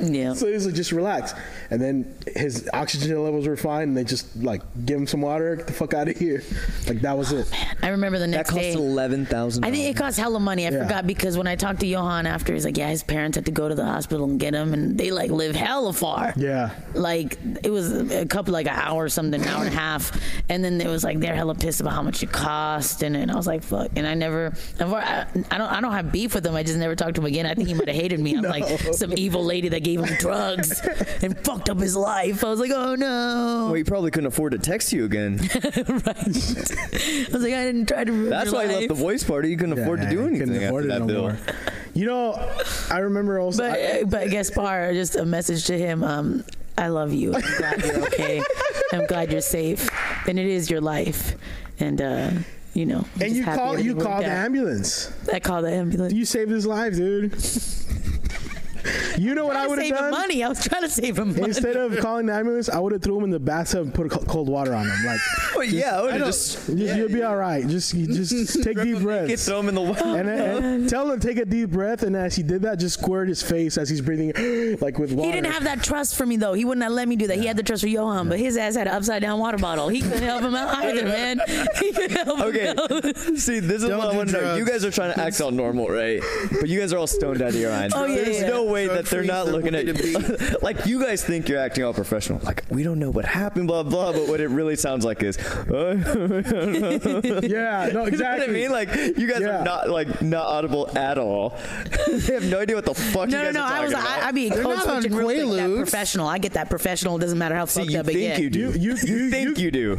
Yeah. so he's like, "Just relax." And then his oxygen levels were fine, and they just like give him some water. Get the fuck out of here! Like that was Oh, it. I remember the That next cost day. eleven thousand. I think it cost hella money. I Yeah. forgot because when I talked to Johan after, he's like, "Yeah, his parents had to go to the hospital and get him, and they like live hella far." Yeah. like it was a couple like an hour or something, an hour and a half, and then it was like they're hella pissed about how much it cost, and, and I was like, "Fuck!" And I never, I've- I, I don't, I don't have beef with him. I just never talked to him again. I think he might have hated me. I'm like some evil lady that gave him drugs and fucked up his life. I was like, "Oh no!" Well, he probably couldn't afford to text you again. right? I was like, "I didn't try to." ruin That's your why he life. left the voice party. He couldn't afford to do anything Couldn't afford after it no that bill. more. You know, I remember also. But uh, I- but Gaspar, just a message to him. Um, I love you. I'm glad you're okay. I'm glad you're safe. And it is your life. And uh, you know. and I'm just you happy called you everything called the worked out. ambulance. I called the ambulance. You saved his life, dude. you know what I I was would have saving done? money. I was trying to save him money. Instead of calling the ambulance, I would have threw him in the bathtub and put co- cold water on him. Like, Well, yeah, I would have just just, you'll be all right. Just, you just take deep get breaths. throw him in the water. And, and tell him to take a deep breath, and as he did that, just squirt his face as he's breathing, like with water. he didn't have that trust for me though. He wouldn't have let me do that. He had the trust for Johan, but his ass had an upside down water bottle. He couldn't help him out either, man. He couldn't help Okay, him out. see, this is Don't what I do want to know. drugs. You guys are trying to act all normal, right? But you guys are all stoned out of your eyes. Oh, yeah, There's yeah. no way that they're Drug-free's not the looking way at to you. like you guys think you're acting all professional. Like we don't know what happened, blah blah. But what it really sounds like is, Yeah, no, You know what I exactly. mean? Like you guys Yeah. are not like not audible at all. they have no idea what the fuck you No, no, guys no. are I talking was, about. I, I mean, code not on switching real quick. That Quaaludes. professional. I get that professional. It doesn't matter how See, fucked you up it think gets. you do. You- you- you- think you- you, do.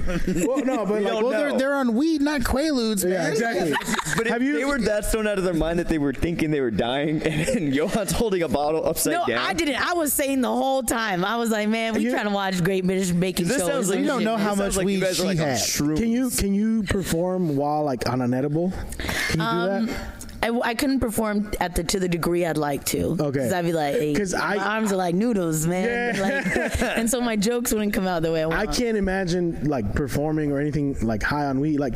Well, no, but like, don't No. Well, they're, they're on weed, not Quaaludes, man. yeah, exactly. But if Have you- they were that stoned out of their mind that they were thinking they were dying, and, and Johan's holding a bottle upside No, down. I didn't. I was saying the whole time. I was like, man, we You- trying to watch Great British Baking This Show. sounds like You don't know how It sounds much like weed you guys she are like on had. shrooms. Can you can you perform while like on an edible? Can you Um, do that? I, I couldn't perform at the to the degree I'd like to. Okay. Because I'd be like, hey, 'Cause I- my arms are like noodles, man. Yeah. Like, and so my jokes wouldn't come out the way I I want. can't imagine like performing or anything like high on weed. Like,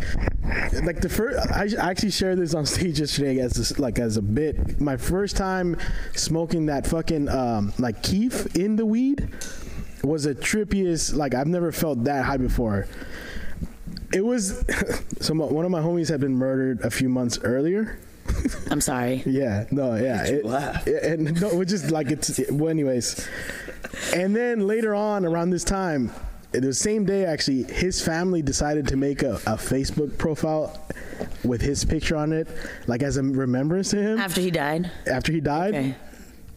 like the first, I I actually shared this on stage yesterday as this, like as a bit. My first time smoking that fucking um, like keef in the weed was a trippiest. Like I've never felt that high before. It was so my, one of my homies had been murdered a few months earlier. I'm sorry. Yeah, no, yeah. It, it- and no, we're just like it's. It, well, anyways, and then later on around this time, the same day actually, his family decided to make a, a Facebook profile with his picture on it, like as a remembrance to him After he died. after he died. Okay.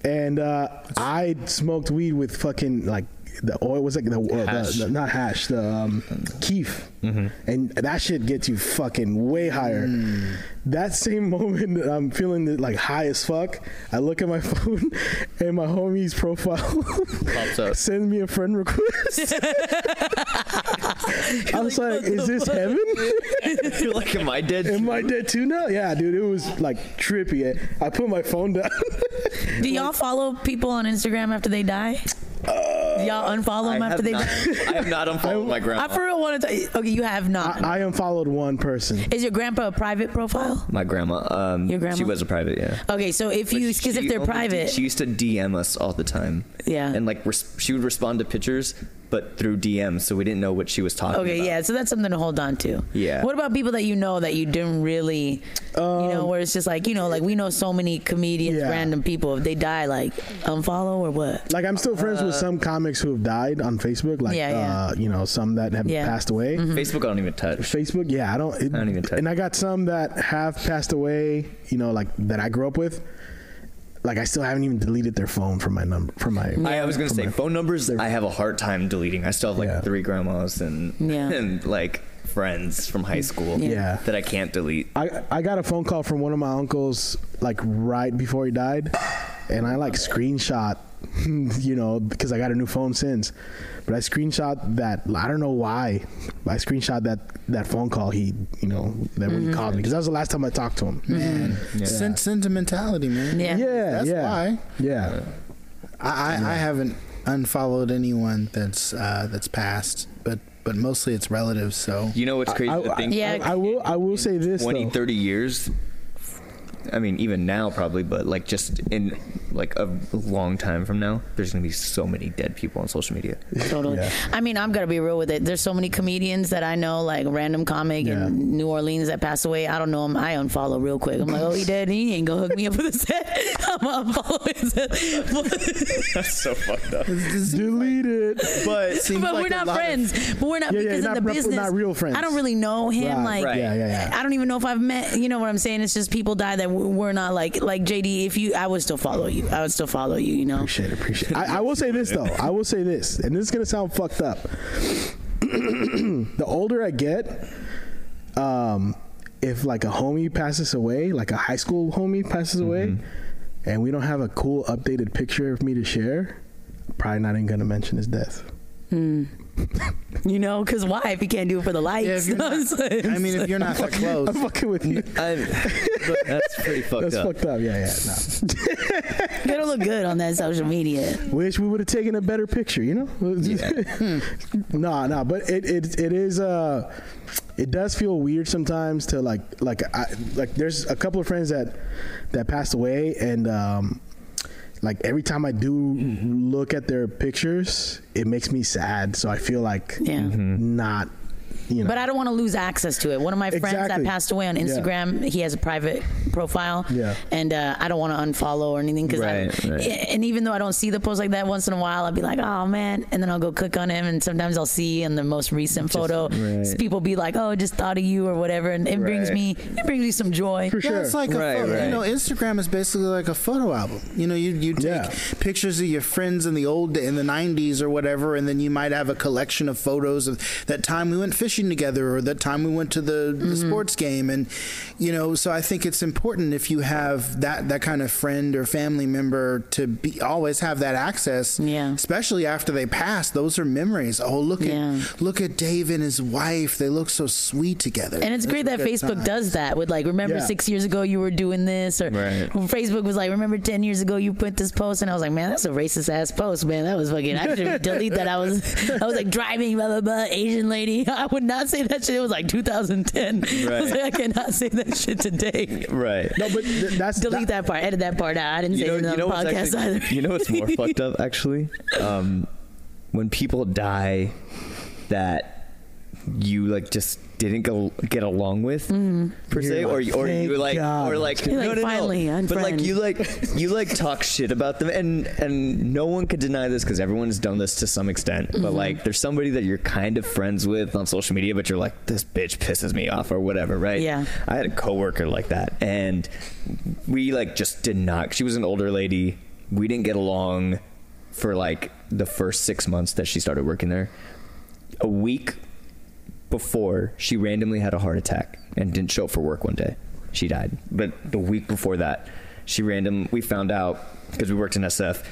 And uh, I smoked weed with fucking like the oil was like the, oil, Hash. Mm-hmm. the, the- not hash the um, keef, and that shit gets you fucking way higher. That same moment that I'm feeling the, like high as fuck, I look at my phone and my homie's profile Pops up. sends me a friend request. I was like, is this heaven? You're like, am I dead? Am I dead too now? Yeah, dude, it was like trippy. I put my phone down. Do y'all follow people on Instagram after they die? Do y'all unfollow them I after have they not, die? I have not unfollowed my grandma. I for real want to. Okay, you have not. I unfollowed one person. Is your grandpa a private profile? my grandma. Um, Your grandma? She was a private, yeah. Okay, so if you, because She if they're only did- private, she used to DM us all the time. Yeah. And like, res- she would respond to pictures, but through DMs, so we didn't know what she was talking Okay, about. yeah. So that's something to hold on to. Yeah. What about people that you know that you didn't really, you know, where it's just like you know, like we know so many comedians, Yeah. random people. If they die, like unfollow or what? Like I'm still friends with some comics who have died on Facebook. Like Uh, Yeah, yeah. Uh, you know, some that have Yeah. Mm-hmm. passed away. Facebook, I don't even touch. Facebook, yeah, I don't. It, I don't even touch And I got some that have passed away. You know, like that I grew up with. Like I still haven't even deleted their phone from my number from my. I, I was gonna from say my- phone numbers. I have a hard time deleting. I still have like Yeah. three grandmas and Yeah. and like friends from high school Yeah. that I can't delete. I I got a phone call from one of my uncles like right before he died, and I like screenshot, you know, because I got a new phone since, but I screenshot that I don't know why, I screenshot that that phone call he you know that when he called me because that was the last time I talked to him. Sen- sentimentality, man. Yeah. Yeah, That's yeah, why. yeah. I, I, I haven't unfollowed anyone that's uh, that's passed, but but mostly it's relatives. So You know what's crazy I, to think? Yeah. I, I will. I will say this 20, though. 30 years. I mean, even now probably, but like just in like a long time from now, there's gonna be so many dead people on social media. Totally. I mean, I'm gonna be real with it. There's so many comedians that I know, like random comic in New Orleans that passed away. I don't know him. I unfollow real quick. I'm like, oh, he dead. He ain't gonna hook me up with a set. I'm gonna unfollow his That's so fucked up. Delete it. but But we're not friends. but we're not Yeah, yeah, because not in the proper- business, not real friends. I don't really know him. Right, like, right. Yeah, yeah, yeah. I don't even know if I've met. You know what I'm saying? It's just people die that w- we're not like like JD. If you, I would still follow you. I would still follow you. You know. Appreciate it. Appreciate it. I, I will say this though. I will say this, and this is gonna sound fucked up. the older I get, um, if like a homie passes away, like a high school homie passes away, and we don't have a cool updated picture of me to share, probably not even gonna mention his death. You know, because why? If you can't do it for the Yeah, likes, if you're not- I mean, if you're not that close, I'm fucking with you. that's pretty fucked That's up. fucked up. Yeah, yeah. No. you don't look good on that social media. Wish we would have taken a better picture, you know? Hmm. nah, nah, but it, it it is uh it does feel weird sometimes to like like I like there's a couple of friends that that passed away and um like every time I do look at their pictures, it makes me sad. So I feel like Yeah. not you know But I don't want to lose access to it. One of my friends that Exactly. passed away on Yeah. Instagram, he has a private profile. Yeah. And uh, I don't want to unfollow or anything because Right, right. and even though I don't see the post like that once in a while, I'll be like, oh man, and then I'll go click on him, and sometimes I'll see in the most recent photo, s- people be like, oh, just thought of you or whatever, and it brings Right. me it brings me some joy. for Yeah, sure. it's like a Right, photo, right. you know, Instagram is basically like a photo album. You know, you you take Yeah. pictures of your friends in the old in the '90s or whatever, and then you might have a collection of photos of that time we went fishing together or that time we went to the, the Mm-hmm. sports game, and you know. So I think it's important if you have that that kind of friend or family member to be always have that access. Yeah. especially after they pass, those are memories. Oh, look Yeah. at look at Dave and his wife. They look so sweet together. And it's Those great were that good Facebook times. does that with like, remember Yeah. six years ago you were doing this, or Right. Facebook was like, remember ten years ago you put this post, and I was like, man, that's a racist ass post, man. That was fucking. I should delete that. I was, I was like driving, blah blah blah, Asian lady. I would not say that shit. It was like 2010. I was Right. like, I cannot say that shit today. Right. no, but th- that's Delete that part. Edit that part out. I didn't say it on the what's podcast actually- either. you know what's more fucked up actually? Um, when people die that you like just didn't go get along with per se, or or you "Thank like God." or like, Mm-hmm. You're like, no no "Finally, no, but like unfriend. you like you like talk shit about them, and and no one could deny this because everyone's done this to some extent. But like there's somebody that you're kind of friends with on social media, but you're like this bitch pisses me off or whatever, right? Yeah. I had a coworker like that, and we like just did not. She was an older lady. We didn't get along for like the first six months that she started working there. A week before, she randomly had a heart attack and didn't show up for work one day. She died. But the week before that, she random. We found out because we worked in SF.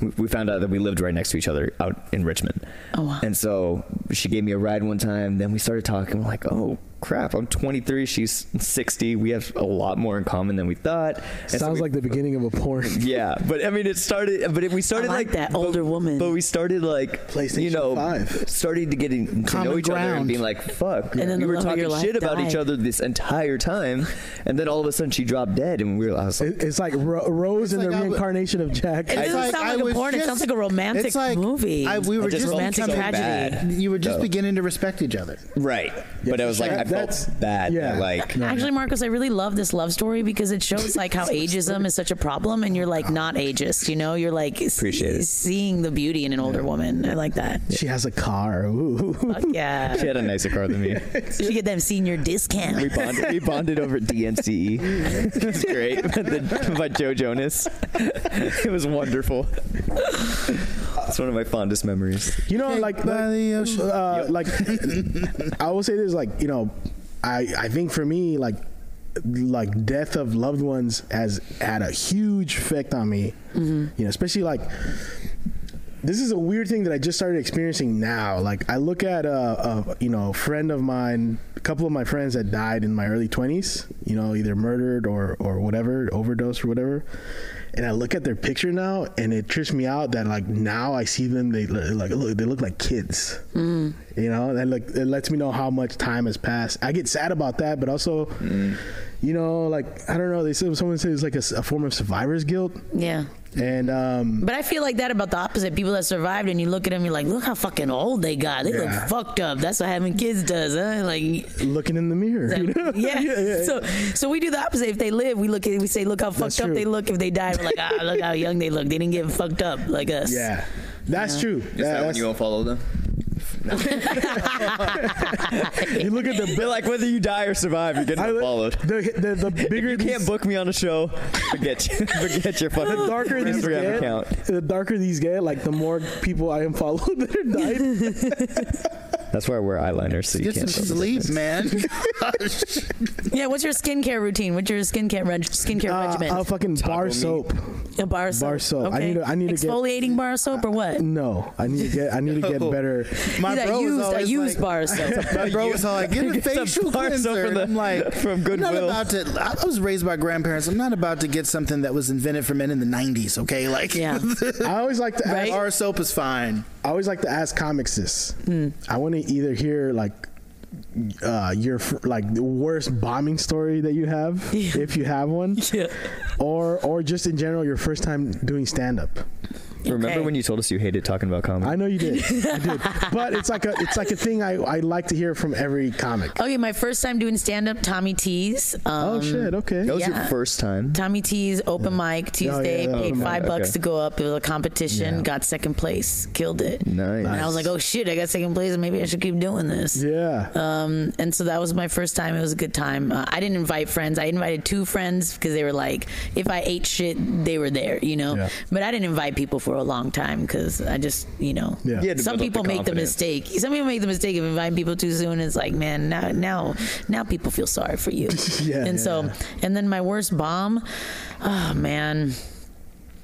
we- We found out that we lived right next to each other out in Richmond. Oh, wow. And so she gave me a ride one time. Then we started talking. We're like, oh crap, I'm 23. She's 60. We have a lot more in common than we thought. And so sounds we- like the beginning of a porn. yeah, but I mean, it started. But it, we started like like, that but- older woman. But we started like PlayStation you know, 5. started to getting to know Common each other ground. and being like, "Fuck." And then we the were love of your talking life shit about each died. other this entire time, and then all of a sudden she dropped dead, and we were. I was like, It- It's like Ro- Rose in like the I would- reincarnation of Jack. It doesn't It's sound like I a was porn. it just- sounds like a romantic it's like- movie. I- we were just just, felt romantic so becoming- tragedy. bad. You were just So- beginning to respect each other. right, but I was like, that- I felt that's- bad. yeah. that, like, Actually, Marcos, I really love this love story because it shows like how ageism is such a problem, and you're like not ageist. You know, you're like s- Appreciate it. seeing the beauty in an older woman. I like that. She has a car. Ooh. Fuck yeah, she had a nicer car than me. you get them senior discount. We bonded, we bonded over E. DNCE. It was great. The- by Joe Jonas. It was wonderful. It's one of my fondest memories. You know, Cake like, like, by the ocean. uh, like I will say this, like you know, I I think for me, like like death of loved ones has had a huge effect on me. You know, especially like this is a weird thing that I just started experiencing now. Like I look at a, a you know friend of mine, a couple of my friends that died in my early twenties. You know, either murdered or or whatever, overdose or whatever. And I look at their picture now, and it trips me out that like now I see them, they look like look, they look like kids. You know, that like it lets me know how much time has passed. I get sad about that, but also. You know, like I don't know. They said someone said it's like a, s- a form of survivor's guilt, Yeah. and um, But I feel like that about the opposite. People that survived, and you look at them, you're like, look how fucking old they got. They Yeah. look fucked up. That's what having kids does, huh? Like, looking in the mirror. you know? yeah. So, so we do the opposite. If they live, we look at, we say, look how That's fucked up true. they look. If they die, we're like, ah, look how young they look. They didn't get fucked up like us. Yeah, that's true. Is that when that's- you you, won't follow them? look at the They're like, whether you die or survive, you're getting I look- followed. The, the, the bigger You can't these, book me on a show. Forget you. Forget your fucking the darker these Instagram get, account. the darker these get, like the more people I am followed that are dying. That's why I wear eyeliner, so you Get some can't. tell the sleep, difference. man. Yeah. What's your skincare routine? What's your skincare reg- skincare Uh, regimen? a fucking bar meat. soap. A bar soap. Bar soap. I need to- I need to get- exfoliating bar soap or what? No, I need to get. I need to get better. My He's a bro was used, a always used like- bar soap. My bro was all like, get a Get some facial bars cleanser. over And the- I'm like, from I'm Goodwill. not about to. I was raised by grandparents. I'm not about to get something that was invented for men in the '90s. Okay, like Yeah. I always like to. Ask, Right? Our soap is fine. I always like to ask comics this. Hmm. I want to either hear like. Uh, your fr- like the worst bombing story that you have, if you have one, Yeah. or or just in general your first time doing stand up. Remember Okay. when you told us you hated talking about comedy? I know you did. I did. But it's like a it's like a thing I, I like to hear from every comic. Okay, my first time doing stand up, Tommy T's. Um, Oh shit, okay. that was your yeah. first time. Tommy T's open mic Tuesday. yeah, paid open five mic, bucks okay. to go up. It was a competition. Got second place. Killed it. Nice. And I was like, oh shit, I got second place. Maybe I should keep doing this. Yeah. Um, and so that was my first time. It was a good time. Uh, I didn't invite friends. I invited two friends because they were like, if I ate shit, they were there, you know. Yeah. But I didn't invite people for a long time because I just, you know, Yeah. You had to some build up people the make the confidence. mistake. Some people make the mistake of inviting people too soon. It's like, man, now, now, now people feel sorry for you. Yeah, and yeah, so, yeah. and then my worst bomb. Oh man.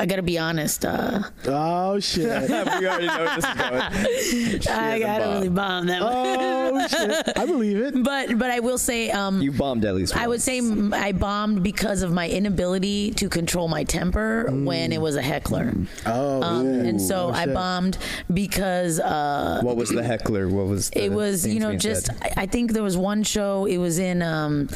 I gotta be honest. Uh, oh shit. we already know where this is going. I has a gotta bomb. really bomb that one. Oh shit. I believe it. But but I will say, um, You bombed at least. Once. I would say m- I bombed because of my inability to control my temper when it was a heckler. Mm. Oh, Um, and so I shit. bombed because uh, What was the heckler? What was the it was, you things know, being just said? I, I think there was one show. It was in um,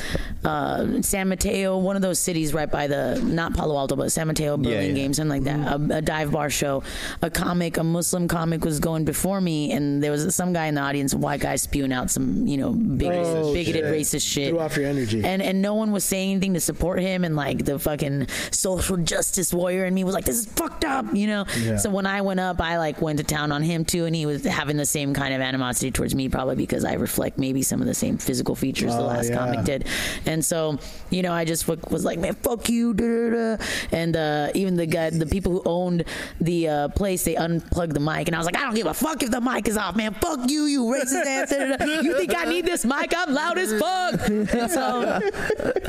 uh, San Mateo, one of those cities right by the not Palo Alto, but San Mateo, Berlin yeah. Mm-hmm. Game, something like that. A, a dive bar show. A comic, a Muslim comic, was going before me, and there was some guy in the audience, a white guy, spewing out some, you know, big, Racist bigoted, Oh, shit. racist shit. Threw off your energy. And and no one was saying anything to support him, and like the fucking social justice warrior in me was like, "This is fucked up," you know. Yeah. So when I went up, I like went to town on him too, and he was having the same kind of animosity towards me, probably because I reflect maybe some of the same physical features the Oh, last yeah. comic did. And so you know, I just wa- was like, "Man, fuck you!" Da, da, da. And uh, even the guy, the people who owned the uh, place, they unplugged the mic, and I was like, "I don't give a fuck if the mic is off, man. Fuck you, you racist ass." da, da, da. You think I need this mic? I'm loud as fuck. And so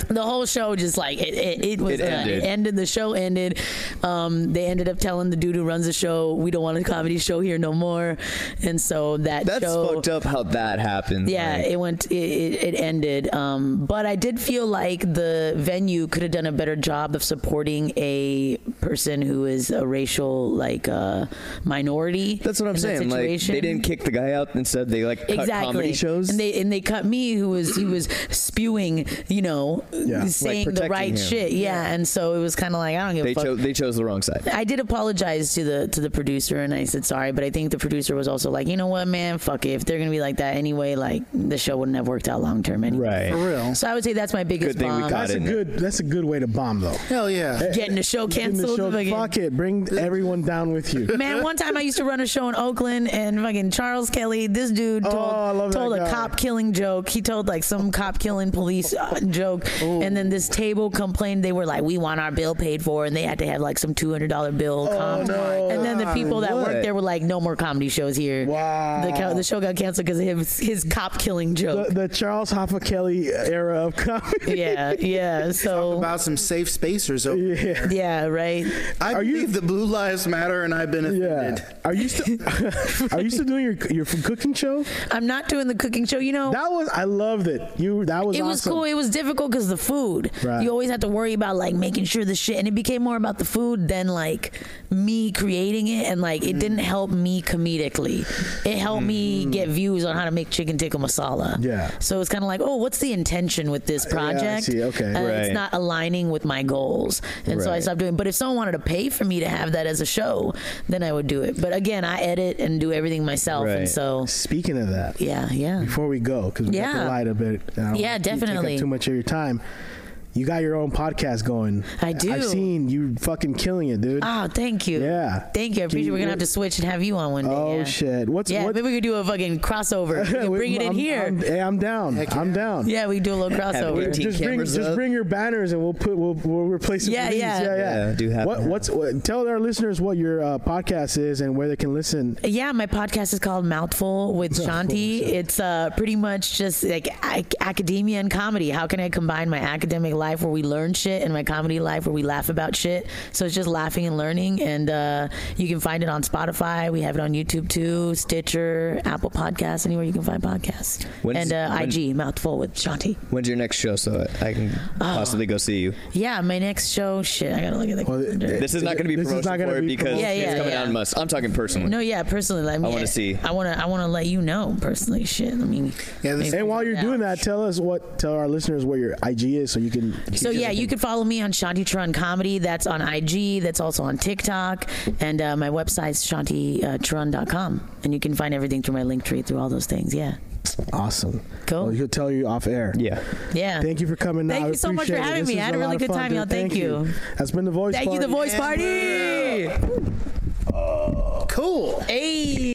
the whole show just like it, it, it was It uh, ended. it ended the show ended um, they ended up telling the dude who runs the show we don't want a comedy show here no more and so that That's show fucked up. How that happened. yeah, Like, it went. It, it, it ended. Um, but I did feel like the venue could have done a better job of supporting a person who is a racial like uh, minority. that's what I'm in that saying. Like they situation. didn't kick the guy out. Instead, they like cut exactly comedy shows. and they and they cut me who was he was spewing you know Like saying the protecting right him. shit yeah. and so it was kind of like I don't give they a fuck chose. They chose the wrong side. I did apologize to the to the producer and I said sorry, but I think the producer was also like, you know what, man, fuck it. If they're gonna be like that anyway, like the show wouldn't have worked out long term anyway. For real. So I would say that's my biggest Good thing we bomb. caught That's a it. good that's a good way to bomb though. Hell yeah. Getting the show Getting the canceled show fucking- fuck it. Bring everyone down with you. Man, one time I used to run a show in Oakland, and fucking Charles Kelly, this dude told, Oh, I love that told a guy. cop killing joke. He told like some cop killing police uh, joke, and then this table complained they were like, "We want our bill paid for," and they had to have like some two hundred dollar bill. comped. Oh, no. And then the people that What? worked there were like, "No more comedy shows here." Wow. The, co- the show got canceled because of his, his cop killing The, joke. the Charles Hoffa Kelly era of comedy. yeah, yeah. So About some safe spacers. So Yeah. yeah, right. I Are you- believe the blue lives matter, and I've been offended. Yeah. Are you still Are you still doing your your cooking show? I'm not doing the cooking show. You know, That was I loved it. You that was it was awesome. cool. It was difficult because the food. Right. You always had to worry about like making sure the shit, and it became more about the food than like me creating it, and like it didn't help me comedically. It helped me get views on how to make chicken tikka masala. Mm. Yeah. So it's kind of like, oh, what's the intention with this I project? see. Okay. Uh, It's Right. not aligning with my goals, and so I Right. stopped doing. But if someone wanted to pay for me to have that as a show, then I would do it. But again, I edit and do everything myself, and Right. so Speaking of that, yeah, yeah. before we go, because we have Yeah. to light a bit. and I don't wanna Yeah, keep- take up definitely. Too much of your time. You got your own podcast going. I do. I've seen you fucking killing it, dude. Oh, thank you. Yeah. Thank you. I appreciate Dude, We're going to what- have to switch and have you on one day. oh yeah. shit! What's Yeah, what? maybe we could do a fucking crossover. We could Wait, bring it in I'm- here. I'm, hey, I'm down. I'm down. yeah, we could do a little crossover. 18 Just bring, cameras just up. bring your banners and we'll put we'll, we'll replace it. Yeah, with these. yeah. yeah, yeah. Yeah, do have- What, what's what, tell our listeners what your uh, podcast is and where they can listen. Yeah, my podcast is called Mouthful with Oh, Shanti. It's uh, pretty much just like ac- academia and comedy. How can I combine my academic life where we learn shit and my comedy life where we laugh about shit? So it's just laughing and learning. And uh, you can find it on Spotify. We have it on YouTube too, Stitcher, Apple Podcasts, anywhere you can find podcasts. When's- and uh, when- IG, Mouthful with Shanti. When's your next show so I can possibly go see you? Yeah, my next show. Shit, I gotta look at the Well, calendar. This is not going to be This is promotion not gonna for it be because promotion. Yeah, yeah, it's coming yeah. out in months. I'm talking personally. no, yeah, personally, I, mean, wanna see. I wanna, I wanna let you know personally. Shit, I mean. Yeah, this- maybe- And while you're Yeah. doing that, tell us what tell our listeners what your IG is so you can. So yeah, you can follow me on Shantitron Comedy. That's on IG. That's also on TikTok, and uh, my website's uh, shantitron.com, and you can find everything through my link tree through all those things. Yeah, awesome. Cool. Well, he'll tell you off air. Yeah. yeah. Thank you for coming. Thank out. I you so much for appreciate it. having This me. was I had a really lot of good fun, time, dude. y'all. Thank you. That's been the voice. Thank you, Party. the voice party. cool. Hey.